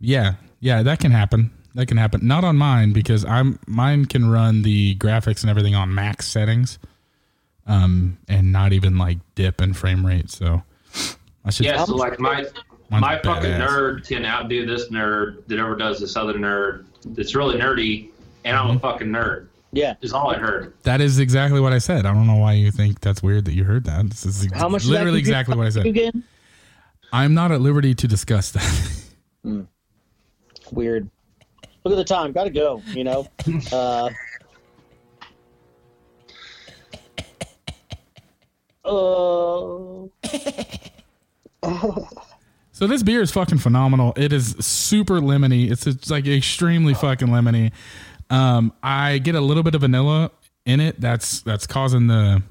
B: yeah, yeah, that can happen. That can happen. Not on mine because I'm mine can run the graphics and everything on max settings, um, and not even like dip in frame rate. So I should.
A: Yeah, so like my
B: Mine's
A: my fucking
B: badass.
A: nerd can outdo this nerd that ever does this other nerd that's really nerdy, and
B: Mm-hmm.
A: I'm a fucking nerd.
C: Yeah.
A: Is all I heard.
B: That is exactly what I said. I don't know why you think that's weird that you heard that. This is
C: How much? does that
B: literally
C: computer
B: exactly what I
C: cost you
B: said.
C: Again?
B: I'm not at liberty to discuss that.
C: Weird. Look at the time. Gotta go. You know. Uh, oh.
B: So this beer is fucking phenomenal. It is super lemony. It's, it's like extremely fucking lemony. Um, I get a little bit of vanilla in it. That's that's causing the.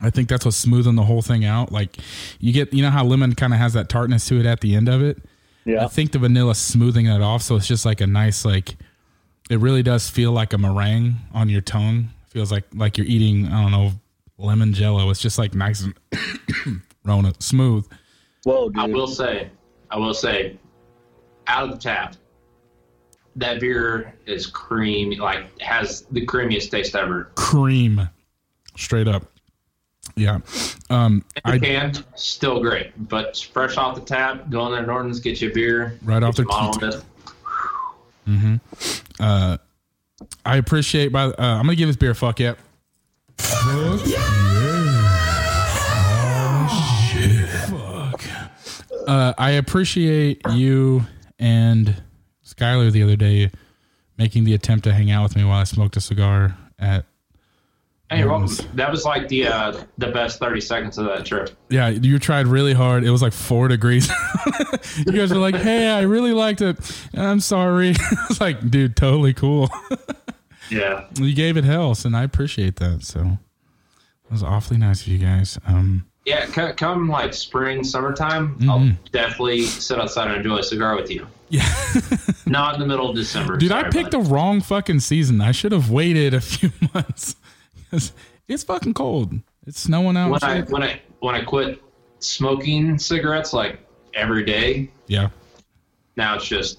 B: I think that's what's smoothing the whole thing out. Like you get, you know how lemon kind of has that tartness to it at the end of it.
C: Yeah.
B: I think the vanilla's smoothing that off, so it's just like a nice like. It really does feel like a meringue on your tongue. Feels like like you're eating I don't know lemon jello. It's just like nice and Rona smooth.
C: Whoa,
A: I
C: dude.
A: will say, I will say, out of the tap, that beer is cream, like has the creamiest taste ever.
B: cream, straight up. Yeah, um, I
A: Canned, still great, but fresh off the tap, go in there, Norton's, get you a beer,
B: Right off
A: get
B: their
A: you modeled it.
B: I appreciate. By the- uh, I'm gonna give this beer a fuck yeah. Fuck yeah. Oh, shit. Fuck. Uh, I appreciate you and Skylar the other day making the attempt to hang out with me while I smoked a cigar at
A: Hey, you're welcome. That was like the uh, the best thirty seconds of that trip.
B: Yeah, you tried really hard. It was like four degrees. you guys were like, "Hey, I really liked it. I'm sorry." I was like, "Dude, totally cool.
A: Yeah.
B: you gave it hell, and I appreciate that." So that was awfully nice of you guys. Um,
A: Yeah, c- come like spring, summertime,
B: Mm-hmm.
A: I'll definitely sit outside and enjoy a cigar with you.
B: yeah,
A: Not in the middle of December.
B: dude, I
A: sorry,
B: picked the
A: bud.
B: wrong fucking season. I should have waited a few months. 'Cause it's fucking cold. It's snowing out. and
A: when I
B: shit.
A: when I when I quit smoking cigarettes like every day.
B: yeah,
A: Now it's just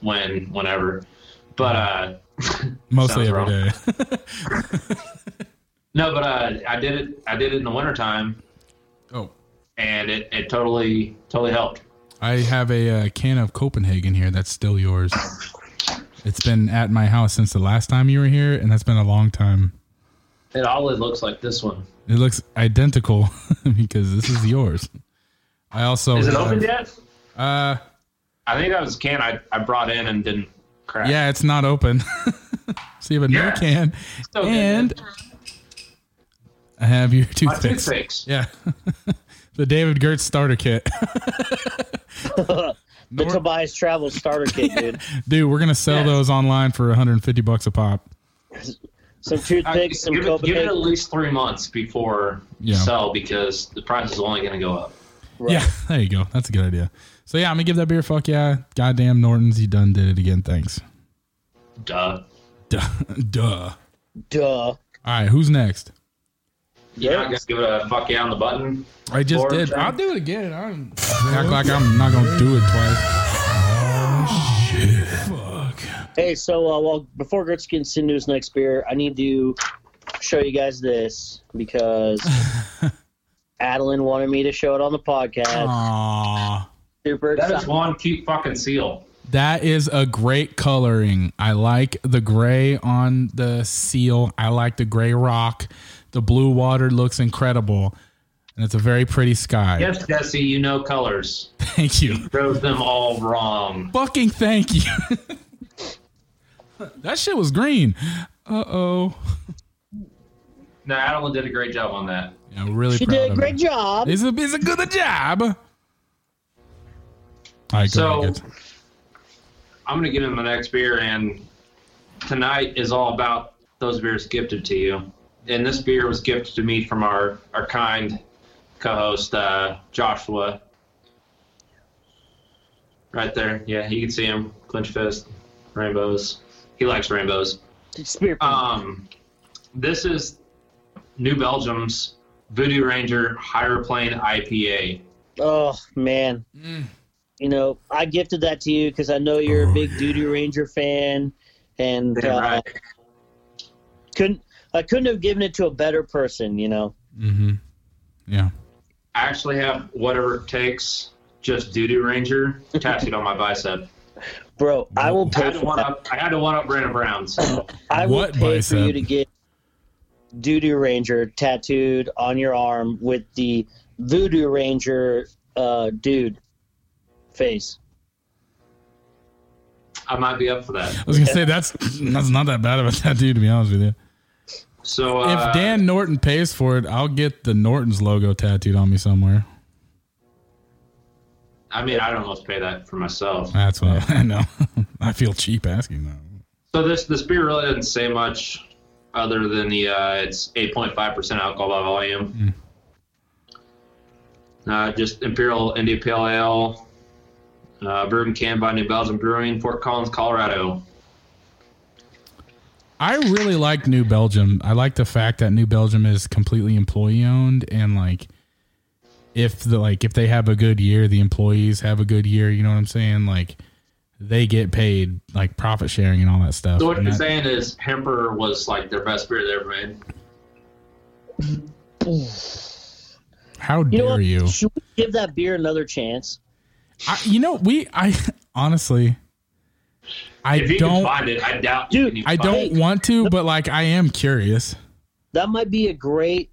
A: when whenever. But uh,
B: mostly
A: Sounds
B: every day.
A: wrong. no, but uh, I did it. I did it in the wintertime,
B: oh,
A: and it, it totally totally helped.
B: I have a uh, can of Copenhagen here that's still yours. It's been at my house since the last time you were here, and that's been a long time.
A: It always looks like this one.
B: It looks identical because this is yours. I also
A: Is it open
B: have-
A: yet?
B: Uh,
A: I think that was a can I, I brought in and didn't crack.
B: yeah, it's not open. so you have a
A: Yes.
B: new can,
A: So good.
B: and I have your
A: my
B: toothpicks.
A: toothpicks.
B: Yeah, the David Gertz starter kit.
C: The
B: Nor-
C: Tobias Travel Starter Kit, dude.
B: Dude, we're gonna sell
A: Yes.
B: those online for 150 bucks a pop.
C: Some
A: I-
C: toothpicks, some
A: give, it, give it at
C: Copenhagen.
A: least three months before you
B: Yeah.
A: sell because the price is only going to go up.
B: Yeah, there you go. That's a good idea. So yeah, I'm gonna give that beer a fuck yeah. Goddamn Norton's, you done did it again. Thanks.
A: Duh.
B: Duh. Duh. All
C: Duh.
B: right, who's next?
A: You're not going to give it a fuck yeah on the button.
B: I just
A: Lauren
B: did.
A: Jack.
B: I'll do it again. I'm act like I'm not gonna do it twice.
C: Hey, so uh, well, before Gertz gets into his next beer, I need to show you guys this because Adeline wanted me to show it on the podcast.
B: Aww.
C: Super
A: That
C: excited.
A: is one cute fucking seal.
B: That is a great coloring. I like the gray on the seal. I like the gray rock. The blue water looks incredible. And it's a very pretty sky.
A: Yes, Jesse, you know colors.
B: Thank you.
A: Drove them all wrong.
B: fucking thank you. that shit was green. Uh oh.
A: No, Adeline did a great job on that.
B: Yeah, I'm really
C: She
B: proud
C: did a
B: of
C: great
B: it.
C: job.
B: It's a it's a good job. All right,
A: So-
B: go ahead. guys.
A: I'm going to get in the next beer, and tonight is all about those beers gifted to you. And this beer was gifted to me from our, our kind co host, uh, Joshua. Right there. Yeah, you can see him. Clinch fist, rainbows. He likes rainbows.
C: Spear
A: Um, this is New Belgium's Voodoo Ranger Higher Plane IPA.
C: Oh man, you know I gifted that to you because I know you're
B: Oh,
C: a big
B: yeah.
C: Duty Ranger fan, and uh, couldn't I couldn't have given it to a better person. You know,
B: Mm-hmm. Yeah.
A: I actually have whatever it takes, just Duty Ranger tattooed on my bicep.
C: bro, I will
A: I
C: pay
A: had to
C: for
A: one
C: that.
A: up. I had to one up Brandon Brown. So
C: I will
B: What
C: pay
B: bicep?
C: for you to get Duty Ranger tattooed on your arm with the Voodoo Ranger uh, dude face.
A: I might be up for that.
B: I was gonna say that's that's not that bad of a tattoo to be honest with you.
A: So
B: If
A: uh,
B: Dan Norton pays for it, I'll get the Norton's logo tattooed on me somewhere.
A: I mean, I don't know if to pay that for myself.
B: That's what I know. I feel cheap asking that.
A: So this this beer really doesn't say much, other than the uh, it's 8.5 percent alcohol by volume.
B: Hmm.
A: Uh, just Imperial India Pale Ale, uh, brewed and canned by New Belgium Brewing, Fort Collins, Colorado.
B: I really like New Belgium. I like the fact that New Belgium is completely employee owned and like if the like if they have a good year, the employees have a good year, you know what I'm saying? Like they get paid like profit sharing and all that stuff.
A: So what
B: And
A: you're
B: that-
A: saying is Hemper was like their best beer they ever made.
B: how
C: You know
B: dare
C: what?
B: you?
C: Should we give that beer another chance?
B: I, you know, we I honestly I
A: if you can
B: don't
A: find it, I doubt.
C: Dude,
A: you can even
B: I
A: find it.
B: don't want to, but like I am curious.
C: That might be a great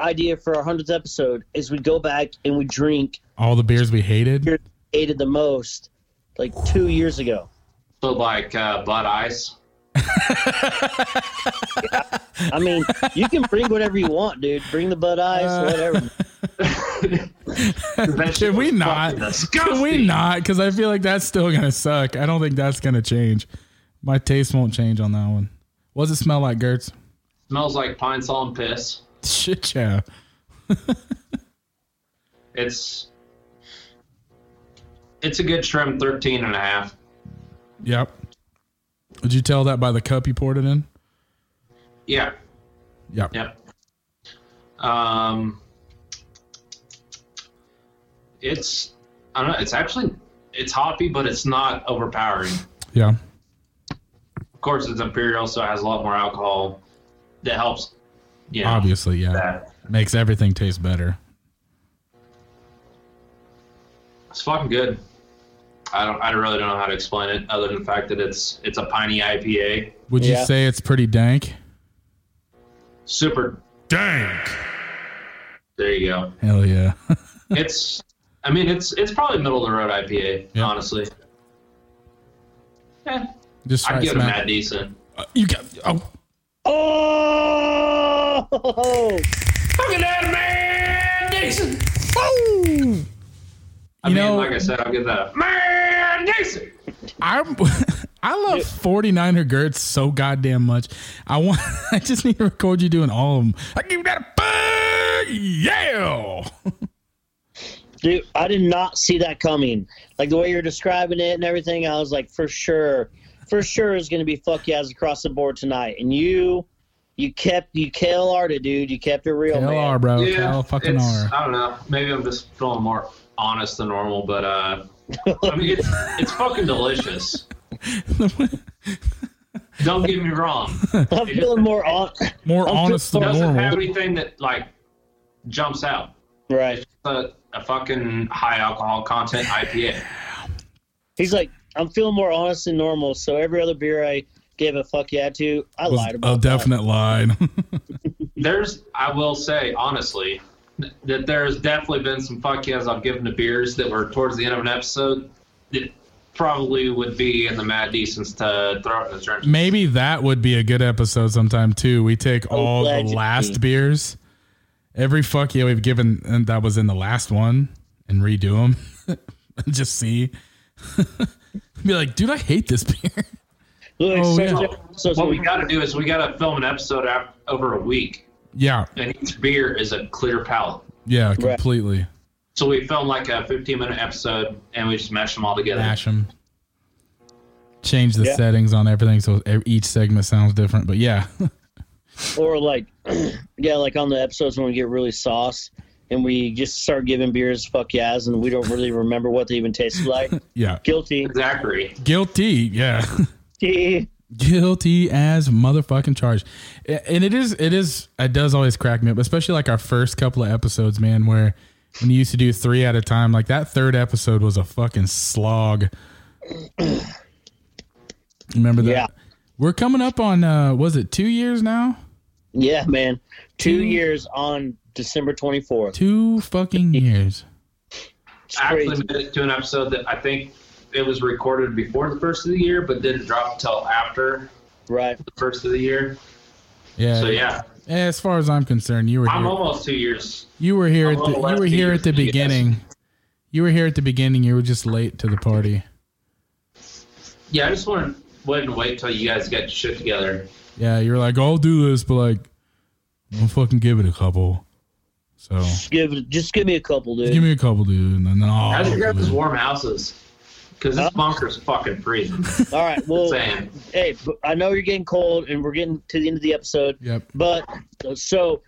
C: idea for our hundredth episode. Is we go back and we drink
B: All the beers we hated.
C: beer we hated the most, like two years ago.
A: So like uh, Bud Ice.
C: I mean, you can bring whatever you want, dude. Bring the Bud Ice, whatever.
B: Can we not? Can we not? Because I feel like that's still gonna suck. I don't think that's gonna change. My taste won't change on that one. What does it smell like, Gertz?
A: Smells like pine sol and piss.
B: Shit, yeah.
A: It's it's a good trim 13 and a half.
B: Yep. Did you tell that by the cup you poured it in?
A: Yeah.
B: Yep.
A: Yep. Um, it's I don't know. It's actually it's hoppy, but it's not overpowering.
B: Yeah.
A: Of course, it's imperial, so it has a lot more alcohol. That helps. Yeah.
B: Obviously, yeah.
A: That.
B: Makes everything taste better.
A: It's fucking good. I don't. I really don't know how to explain it, other than the fact that it's it's a piney IPA.
B: Would
C: Yeah.
B: you say it's pretty dank?
A: Super.
B: Dank.
A: There you go.
B: Hell yeah.
A: it's I mean it's it's probably middle of the road IPA,
B: Yeah.
A: honestly. Eh,
B: Just
A: I'd
B: try
A: give them
B: smack.
A: that decent.
B: Uh, You got oh
C: Oh,
B: oh.
A: I
B: You
A: mean,
B: know-
A: like I said, I'll give that a man decent.
B: I'm I love 49er Gertz so goddamn much. I want I just need to record you doing all of them. I give that a big yeah.
C: Oh, dude, I did not see that coming. Like the way you're describing it and everything, I was like, for sure, for sure is going to be fuck yes across the board tonight. And you, you kept you KLR'd it, dude. You kept it real, man.
B: LR bro,
A: yeah,
B: Cal fucking
A: it's,
B: R.
A: I don't know. Maybe I'm just feeling more honest than normal, but uh, I mean it's it's fucking delicious. Don't get me wrong.
C: I'm feeling more on.
B: More
C: I'm
B: honest
C: just-
B: than
A: doesn't
B: normal.
A: have anything that like jumps out.
C: Right.
A: A, a fucking high alcohol content IPA.
C: He's like, I'm feeling more honest than normal. So every other beer I gave a fuck yeah to, I
B: was
C: lied about.
B: a definite lie.
A: There's, I will say honestly, that there's definitely been some fuck yes I've given to beers that were towards the end of an episode that probably would be in the mad decents to throw out in the trenches.
B: Maybe that would be a good episode sometime too. We take all the
C: glad you
B: last
C: did.
B: beers, every fuck yeah we've given, and that was in the last one, and redo them. Just see, be like, dude, I hate this beer.
C: Look,
B: Oh,
C: so-
B: yeah.
C: so- so-
A: What we got to do is we got to film an episode out, over a week,
B: Yeah,
A: and each beer is a clear palette.
B: yeah, completely.
A: So we film like a 15 minute episode, and we just mash them all together.
B: Mash them. change the
C: Yeah.
B: settings on everything so e- each segment sounds different. But yeah,
C: Or like, yeah, like on the episodes when we get really sauce and we just start giving beers fuck yes and we don't really remember what they even tasted like.
B: yeah,
C: Guilty.
A: Exactly.
B: guilty. Yeah.
C: Yeah.
B: guilty as motherfucking charged A- and it is it is it does always crack me up especially like our first couple of episodes man where when you used to do three at a time like that third episode was a fucking slog remember that
C: Yeah.
B: we're coming up on uh was it two years now
C: Yeah, man. Two
B: Two-
C: years on December 24th.
B: two fucking years
C: It's
A: I actually
C: crazy.
A: made it to an episode that I think it was recorded before the first of the year, but didn't drop until after
C: Right.
A: the first of the year.
B: yeah,
A: So yeah,
B: Eh, as far as i'm concerned you were
A: I'm
B: here.
A: almost two years.
B: you were here
A: I'm
B: at
A: on the
B: the, you
A: last
B: were
A: two
B: here
A: years
B: at the
A: of TBS.
B: beginning you were here at the beginning you were just late to the party
A: Yeah, I just wanted wanted to wait till you guys get shit together.
B: Yeah, you're like, I'll do this, but like, I'll fucking give it a couple. So
C: Just give, just give me a couple, dude.
B: give me a couple, dude, and then I'll.
A: How'd you grab these
B: do it.
A: warm houses? Because this
C: Oh, Huh?
A: bunker's fucking freezing.
C: All right. Well,
A: Saying
C: hey, b- I know you're getting cold and we're getting to the end of the episode,
B: Yep,
C: but uh, so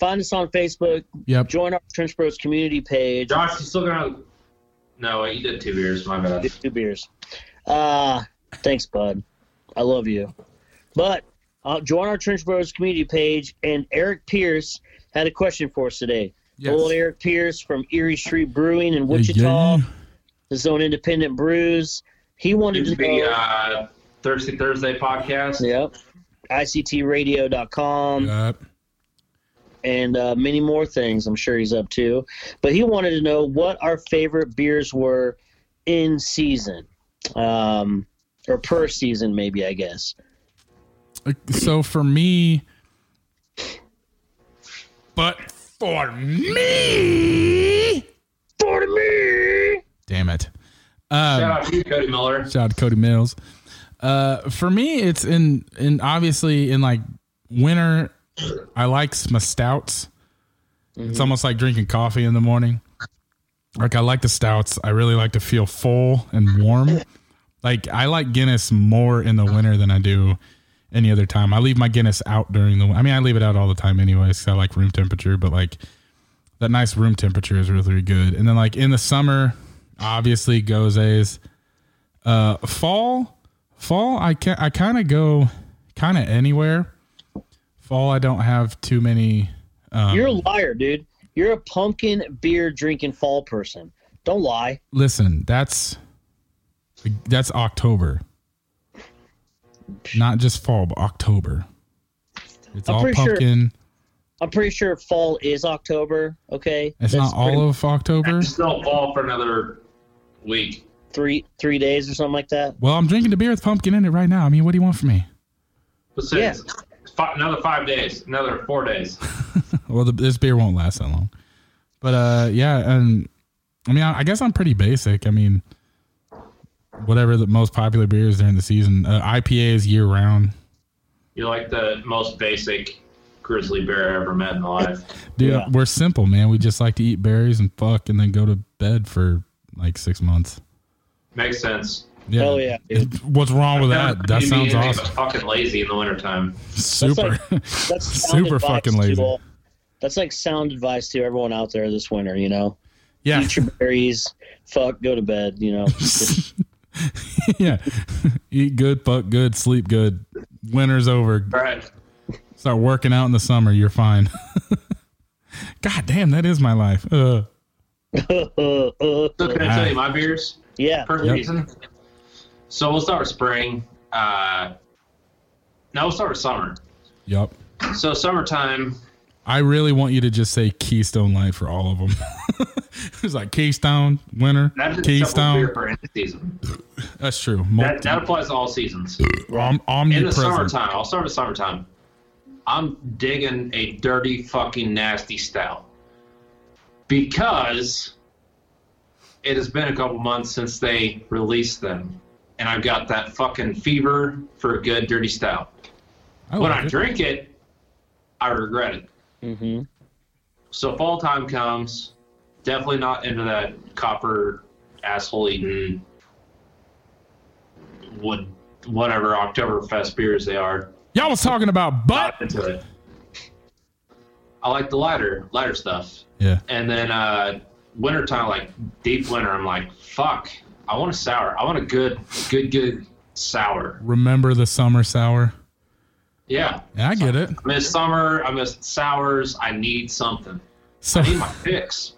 C: find us on Facebook,
B: yep.
C: join our Trench Bros community page.
A: Josh, you still gonna? No, wait, you did two beers. My bad.
C: Just two beers. Uh, thanks, bud. I love you. But uh, join our Trench Bros community page, and Eric Pierce had a question for us today.
B: Yes.
C: Old Eric Pierce from Erie Street Brewing in
B: Yeah,
C: Wichita,
B: yeah.
C: his own independent brews. He wanted
A: Used
C: to
A: to be
C: know.
A: uh, Thirsty Thursday podcast.
C: Yep. ICTradio.com
B: Yep.
C: and uh, many more things I'm sure he's up to. But he wanted to know what our favorite beers were in season um, or per season, maybe, I guess.
B: So for me, but for me,
C: For me!
B: damn it.
A: Shout
B: Um,
A: out to you, Cody Miller.
B: Shout out to Cody Mills. Uh, for me, it's in in obviously in like winter. I like my stouts. It's almost like drinking coffee in the morning. Like I like the stouts. I really like to feel full and warm. Like I like Guinness more in the winter than I do any other time. I leave my Guinness out during the. I mean, I leave it out all the time anyway because I like room temperature. But like that nice room temperature is really good. And then like in the summer, obviously Goze's fall fall i can i kind of go kind of anywhere fall i don't have too many Um,
C: You're a liar, dude. You're a pumpkin beer drinking fall person. Don't lie.
B: listen that's that's october not just fall but october it's
C: I'm
B: all
C: pretty sure-
B: pumpkin
C: I'm pretty sure fall is October, okay?
B: it's
C: That's
B: not all
C: pretty-
B: of october
A: Just don't fall for another week.
C: three three days or something like that.
B: well i'm drinking the beer with pumpkin in it right now i mean what do you want from me
A: But since fi- another five days, another four days.
B: well the, this beer won't last that long but uh yeah and i mean I, I guess i'm pretty basic i mean whatever the most popular beers during the season uh, ipa is year round
A: You're like the most basic grizzly bear I ever met in my life.
B: dude
C: Yeah.
B: we're simple man we just like to eat berries and fuck and then go to bed for like six months
A: Makes sense.
B: yeah
C: Hell yeah, dude.
B: what's wrong with
A: Never
B: that that
A: made me
B: sounds
A: anything
B: awesome
A: but Fucking lazy in the wintertime.
B: super
C: That's sound
B: super
C: advice
B: fucking
C: to
B: lazy
C: all- That's like sound advice to everyone out there this winter, you know?
B: yeah
C: Eat your berries, fuck, go to bed, you know?
B: yeah eat good fuck good sleep good winter's over
A: All right.
B: Start working out in the summer, you're fine. God damn, that is my life. Uh,
C: uh,
A: So can I tell you my beers
C: yeah.
A: per
B: Yep.
A: season? So we'll start with spring. Uh, no, we'll start with summer.
B: yep.
A: So summertime,
B: I really want you to just say Keystone Light for all of them. it's like Keystone, winter,
A: that's a double
B: Keystone.
A: beer for any season.
B: That's true.
A: That,
B: Multi- Oh,
A: that applies to all seasons.
B: om-
A: In the
B: omnipresent.
A: summertime, I'll start with summertime. I'm digging a dirty, fucking nasty stout because it has been a couple months since they released them, and I've got that fucking fever for a good dirty stout.
B: I
A: when
B: like
A: I
B: it.
A: drink it, I regret it.
C: hmm
A: So fall time comes, definitely not into that copper asshole eating wood whatever Oktoberfest beers they are.
B: Y'all was talking about butt.
A: Not into it. I like the lighter, lighter stuff.
B: Yeah.
A: And then uh, wintertime, like deep winter, I'm like, fuck, I want a sour. I want a good, good, good sour.
B: Remember the summer sour?
A: Yeah.
B: Yeah, I get it.
A: I miss summer. I miss sours. I need something.
B: So
A: I need my fix.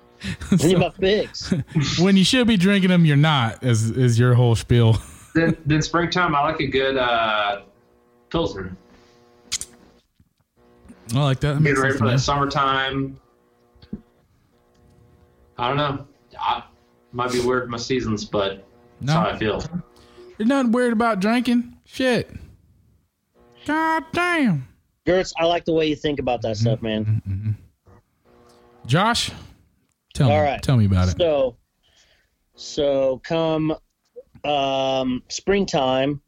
C: I need my fix.
B: when you should be drinking them, you're not. Is is your whole spiel?
A: then, then springtime, I like a good uh, pilsner.
B: I like that.
A: Get
B: that makes
A: ready
B: sense to
A: for
B: me.
A: that summertime. I don't know. I might be weird with my seasons, but that's how
B: No,
A: I feel.
B: you're not worried about drinking. Shit. God damn.
C: Gertz, I like the way you think about that stuff, man.
B: Josh, tell me.
C: All right.
B: Tell me about it.
C: So, so come um, springtime,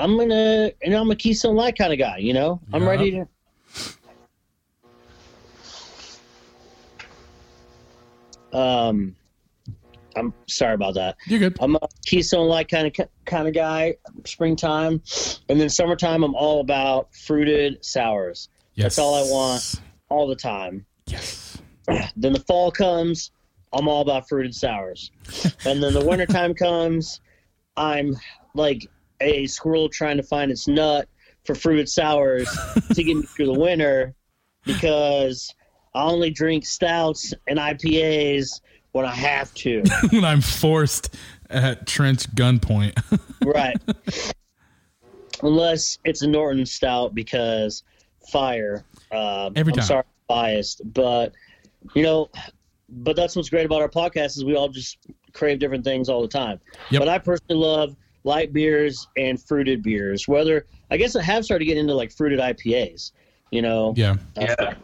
C: I'm gonna and I'm a Keystone Light kind of guy. You know, I'm
B: Yeah.
C: ready to. Um, I'm sorry about that.
B: You're good.
C: I'm a Keystone Light kind of kind of guy. Springtime, and then summertime, I'm all about fruited sours
B: Yes.
C: that's all I want. all the time.
B: Yes.
C: Then the fall comes, I'm all about fruited sours, and then the wintertime comes, I'm like a squirrel trying to find its nut for fruited sours to get me through the winter, because I only drink stouts and IPAs when I have to.
B: when I'm forced at trench gunpoint.
C: right. Unless it's a Norton stout because fire. Um,
B: Every
C: I'm
B: time.
C: sorry, I'm biased, but you know, but that's what's great about our podcast is we all just crave different things all the time.
B: Yep.
C: But I personally love light beers and fruited beers. Whether I guess I have started getting into like fruited IPAs. You know,
B: yeah.
A: Yeah.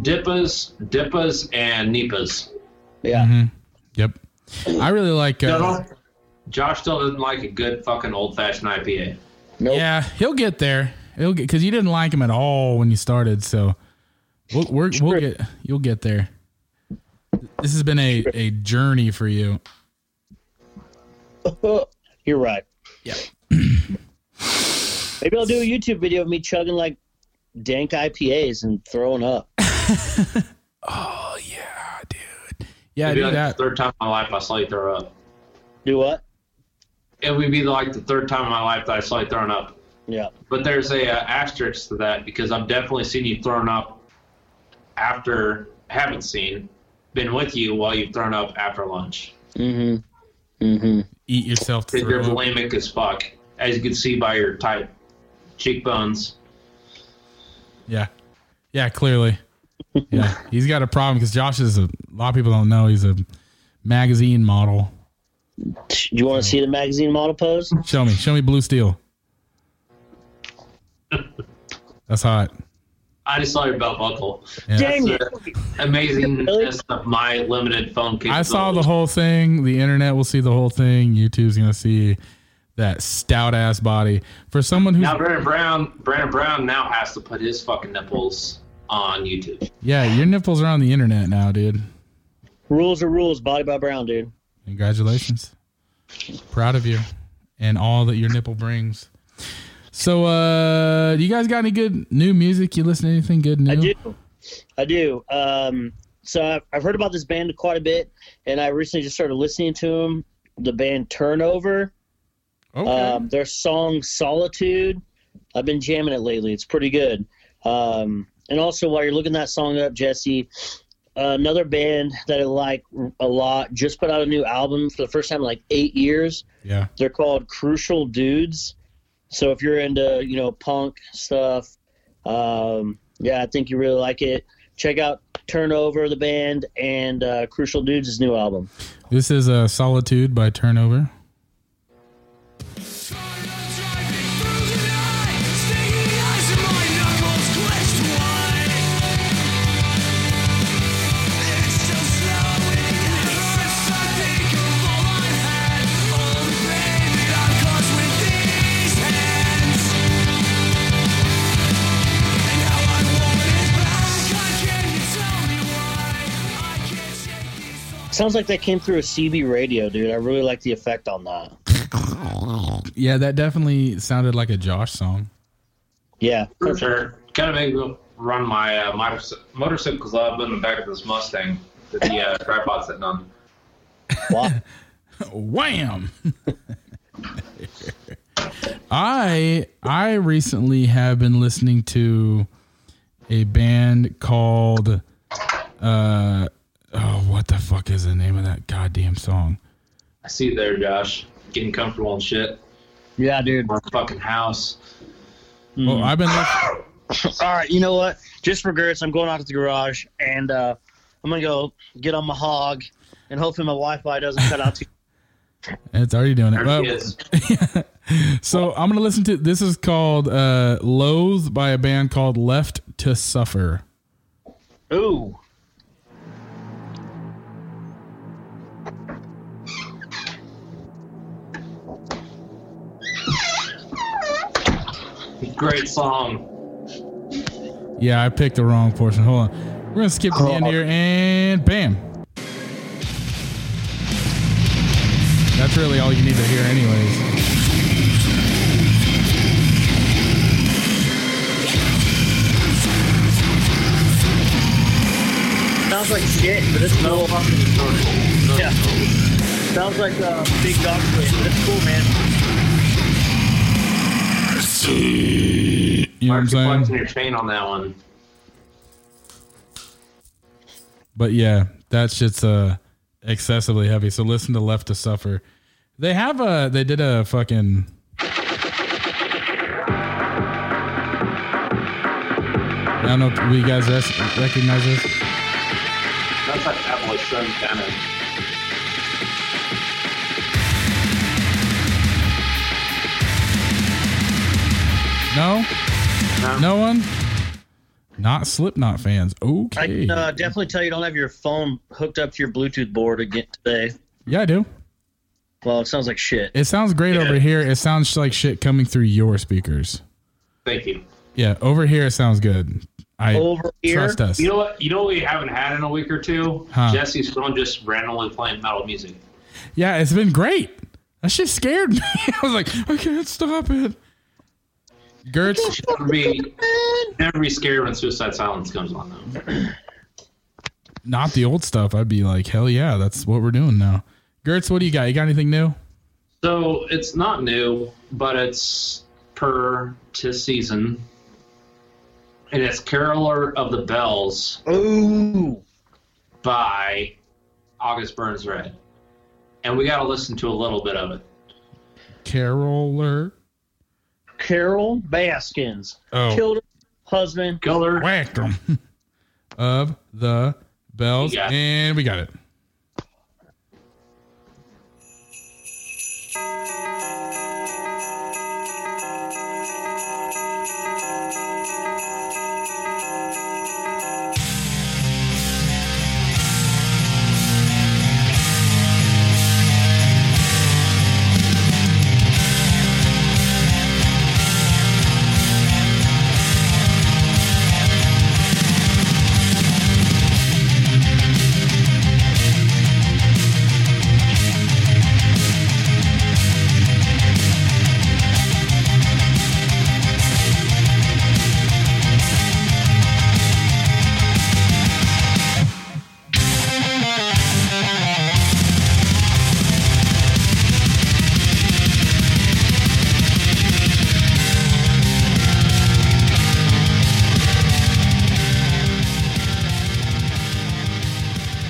A: Dippas, Dippas, and Nipas.
C: yeah.
B: Mhm. Yep. I really like. Uh,
A: Josh still doesn't like a good fucking old fashioned IPA.
C: Nope.
B: yeah, he'll get there. He'll get because you didn't like him at all when you started. So we'll we're, we'll
C: True.
B: get you'll get there. This has been a, a journey for you. Mm-hmm.
C: Oh, You're right.
B: Yeah.
C: Maybe I'll do a YouTube video of me chugging like dank IPAs and throwing up.
B: Oh yeah, dude. Yeah,
A: It'd be
B: do
A: like
B: that.
A: the third time in my life I saw you throw up.
C: Do what?
A: It would be like the third time in my life that I saw you throwing up.
C: Yeah.
A: But there's a uh, asterisk to that because I've definitely seen you thrown up after haven't seen been with you while you've thrown up after lunch.
C: Mm-hmm. Mm-hmm.
B: Eat yourself to
A: Because you're
B: throw up.
A: bulimic as fuck, as you can see by your tight cheekbones.
B: Yeah, yeah, clearly. Yeah, he's got a problem because Josh is a, a lot of people don't know he's a magazine model.
C: Do you want to see the magazine model pose?
B: Show me, show me blue steel. That's hot.
A: I just saw your belt buckle.
B: Yeah.
C: Dang it!
A: That's the amazingness of my limited phone
B: I saw the
A: capabilities.
B: whole thing. The internet will see the whole thing. YouTube's gonna see that stout ass body for someone who's
A: Now Brandon Brown, Brandon Brown now has to put his fucking nipples on YouTube.
B: yeah. Your nipples are on the internet now, dude.
C: Rules are rules. Body by Brown, dude.
B: Congratulations. Proud of you and all that your nipple brings. So, uh, you guys got any good new music? You listen to anything good new?
C: I do. I do. Um, so I've, I've heard about this band quite a bit, and I recently just started listening to them. The band Turnover.
B: Okay.
C: Um, their song Solitude. I've been jamming it lately. It's pretty good. Um, and also, while you're looking that song up, Jesse, another band that I like a lot just put out a new album for the first time in like eight years.
B: yeah.
C: They're called Crucial Dudes. So if you're into, you know, punk stuff, um, yeah, I think you really like it. Check out Turnover, the band, and uh, Crucial Dudes' new album.
B: This is uh, Solitude by Turnover.
C: Sounds like that came through a CB radio, dude. I really like the effect on that.
B: Yeah, that definitely sounded like a Josh song.
C: Yeah.
A: For sure. Kind of made me run my uh, motor- motorcycle club in the back of this Mustang that the uh, tripod's sitting on.
C: Wow.
B: Wham! I I recently have been listening to a band called uh oh what the fuck is the name of that goddamn song?
A: I see you there, Josh. Getting comfortable and shit.
C: Yeah, dude.
A: We're in a fucking house. Mm.
B: Well, Oh, I've been lis-
C: All right, you know what? Just for Gertz, I'm going out to the garage and uh, I'm gonna go get on my hog and hopefully my Wi-Fi doesn't cut out. Too-
B: it's already doing it.
A: There
B: Well,
A: she is.
B: so I'm gonna listen to this is called uh Loathe by a band called Left to Suffer.
C: Ooh.
A: Great song.
B: Yeah, I picked the wrong portion. Hold on. We're gonna skip to the end here and bam. That's really all you need to hear anyways.
C: Sounds like shit, but it's
A: No
C: cool.
A: fucking distortion. No.
C: Yeah. Sounds like uh, big dog shit, but it's cool, man.
B: You know
A: Why are
B: what
A: you flexing
B: I'm saying?
A: your chain on that one?
B: But yeah, that shit's uh excessively heavy. So listen to Left to Suffer. They have a they did a fucking I don't know if you guys rec- recognize this.
A: That's like Avalanche Sun kind of.
B: No?
A: No.
B: No one? Not Slipknot fans.
C: I
B: Okay.
C: can uh, definitely tell you don't have your phone hooked up to your Bluetooth board again today.
B: yeah, I do.
C: Well, it sounds like shit.
B: It sounds great over here. It sounds like shit coming through your speakers.
A: Thank you.
B: Yeah, over here it sounds good. I
C: Over here,
B: trust us.
A: You know what? You know what we haven't had in a week or two.
B: Huh.
A: Jesse's phone just randomly playing metal music.
B: Yeah, it's been great. That shit scared me. I was like, I can't stop it. Gertz,
A: Never be, never be scared when Suicide Silence comes on though.
B: not the old stuff. I'd be like, hell yeah, that's what we're doing now. Gertz, what do you got? You got anything new?
A: So it's not new, but it's per to season, and it's "Caroler of the Bells"
C: ooh,
A: by August Burns Red, and we got to listen to a little bit of it.
B: Caroler.
C: Carol Baskins
B: Oh.
C: killed her husband.
A: Killer.
B: whacked 'em. of the bells,
A: We got it.
B: and we got it.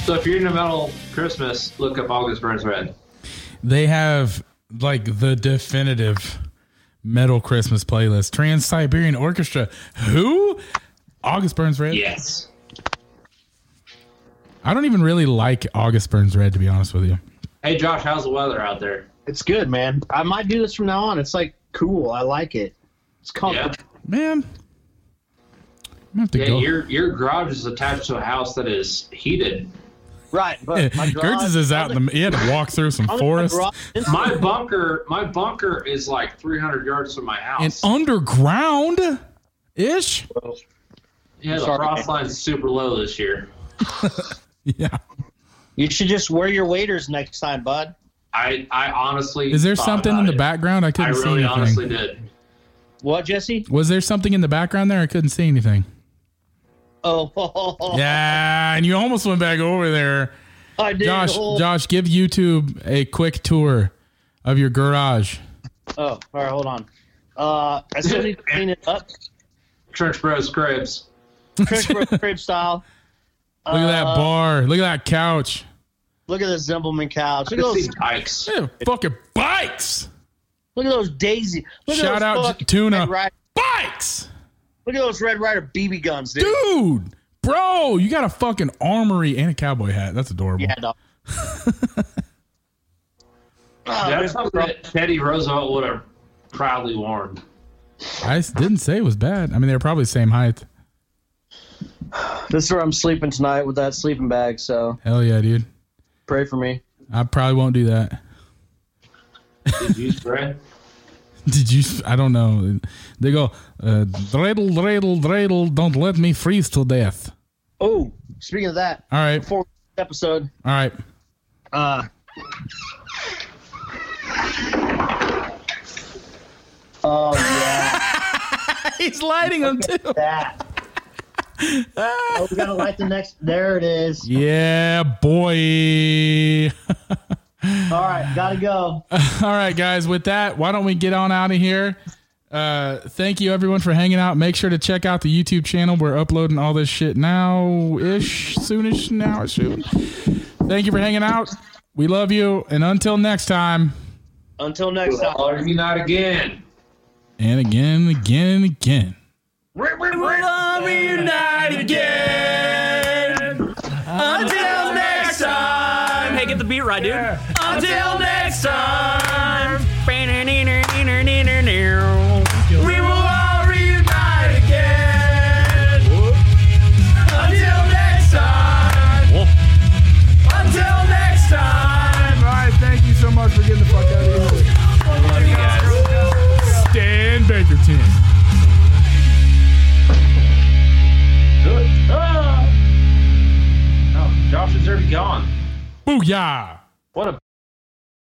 A: So if you're into metal Christmas, look up August Burns Red.
B: They have like the definitive metal Christmas playlist. Trans Siberian Orchestra. Who? August Burns Red.
A: Yes.
B: I don't even really like August Burns Red to be honest with you.
A: Hey Josh, how's the weather out there?
C: It's good, man. I might do this from now on. It's like cool. I like it. It's
A: Yeah.
C: comfortable.
B: Man. I'm gonna have to
A: Yeah,
B: go.
A: your your garage is attached to a house that is heated.
C: Right, but my garage,
B: Gertz is out in the he had to walk through some
C: I'm in my
B: forest.
C: garage-
A: My bunker, my bunker is like 300 yards from my
B: And
A: house.
B: underground ish.
A: yeah, the
C: Sorry.
A: frost line's super low this year.
B: Yeah.
C: You should just wear your waders next time, bud.
A: I I honestly
B: Is there
A: thought
B: something
A: about
B: in the
A: it.
B: background? I
A: I
B: couldn't see
A: really
B: anything.
A: honestly did.
C: What, Jesse?
B: Was there something in the background there? I couldn't see anything.
C: Oh,
B: Yeah, and you almost went back over there.
C: I did.
B: Josh,
C: oh.
B: Josh, give YouTube a quick tour of your garage.
C: Oh, all right, hold on. Uh, I still need to clean it up.
A: Trench Bros Cribs.
C: Trench Brook crib style.
B: Look at that bar. Look at that couch.
C: Look at this Zimbleman couch. Look
A: Look at
C: at those.
A: Dykes.
B: Ew, fucking bikes.
C: Look at those Daisy. Look
B: Shout
C: at those
B: out
C: fucking
B: Tuna.
C: Red Rider,
B: Bikes.
C: look at those Red Rider BB guns, dude.
B: Dude, bro, you got a fucking armory and a cowboy hat. That's adorable.
C: Yeah, dog. Ah,
A: That's something that Teddy Roosevelt would have proudly worn.
B: I s- didn't say it was bad. I mean, they're probably the same height.
C: this is where I'm sleeping tonight with that sleeping bag. So
B: Hell yeah, dude.
C: pray for me.
B: I probably won't do that.
A: Did you spray?
B: Did you? s- I don't know. They go, uh, dreidel, dreidel, dreidel. Don't let me freeze to death.
C: Oh, speaking of that,
B: All right. All
C: before this episode,
B: right.
C: uh, oh yeah,
B: He's lighting them too.
C: that. oh, we gotta light the next. There it is.
B: Yeah, boy.
C: All right, gotta go.
B: All right, guys. With that, why don't we get on out of here? Uh, thank you everyone for hanging out. Make sure to check out the YouTube channel. We're uploading all this shit now ish, soonish, now soon. Thank you for hanging out. We love you, and until next time,
C: Until next time.
A: Or you not again?
B: and again, again, again.
E: Until next time. Hey, get the beat right, dude. Until next time. We will all reunite again. Until next time. Until next time.
B: All right, thank you so much for getting the fuck out of here.
E: Love you guys.
B: Dan Bakerton.
A: Ah! Oh, Josh is already gone.
B: Booyah!
A: What a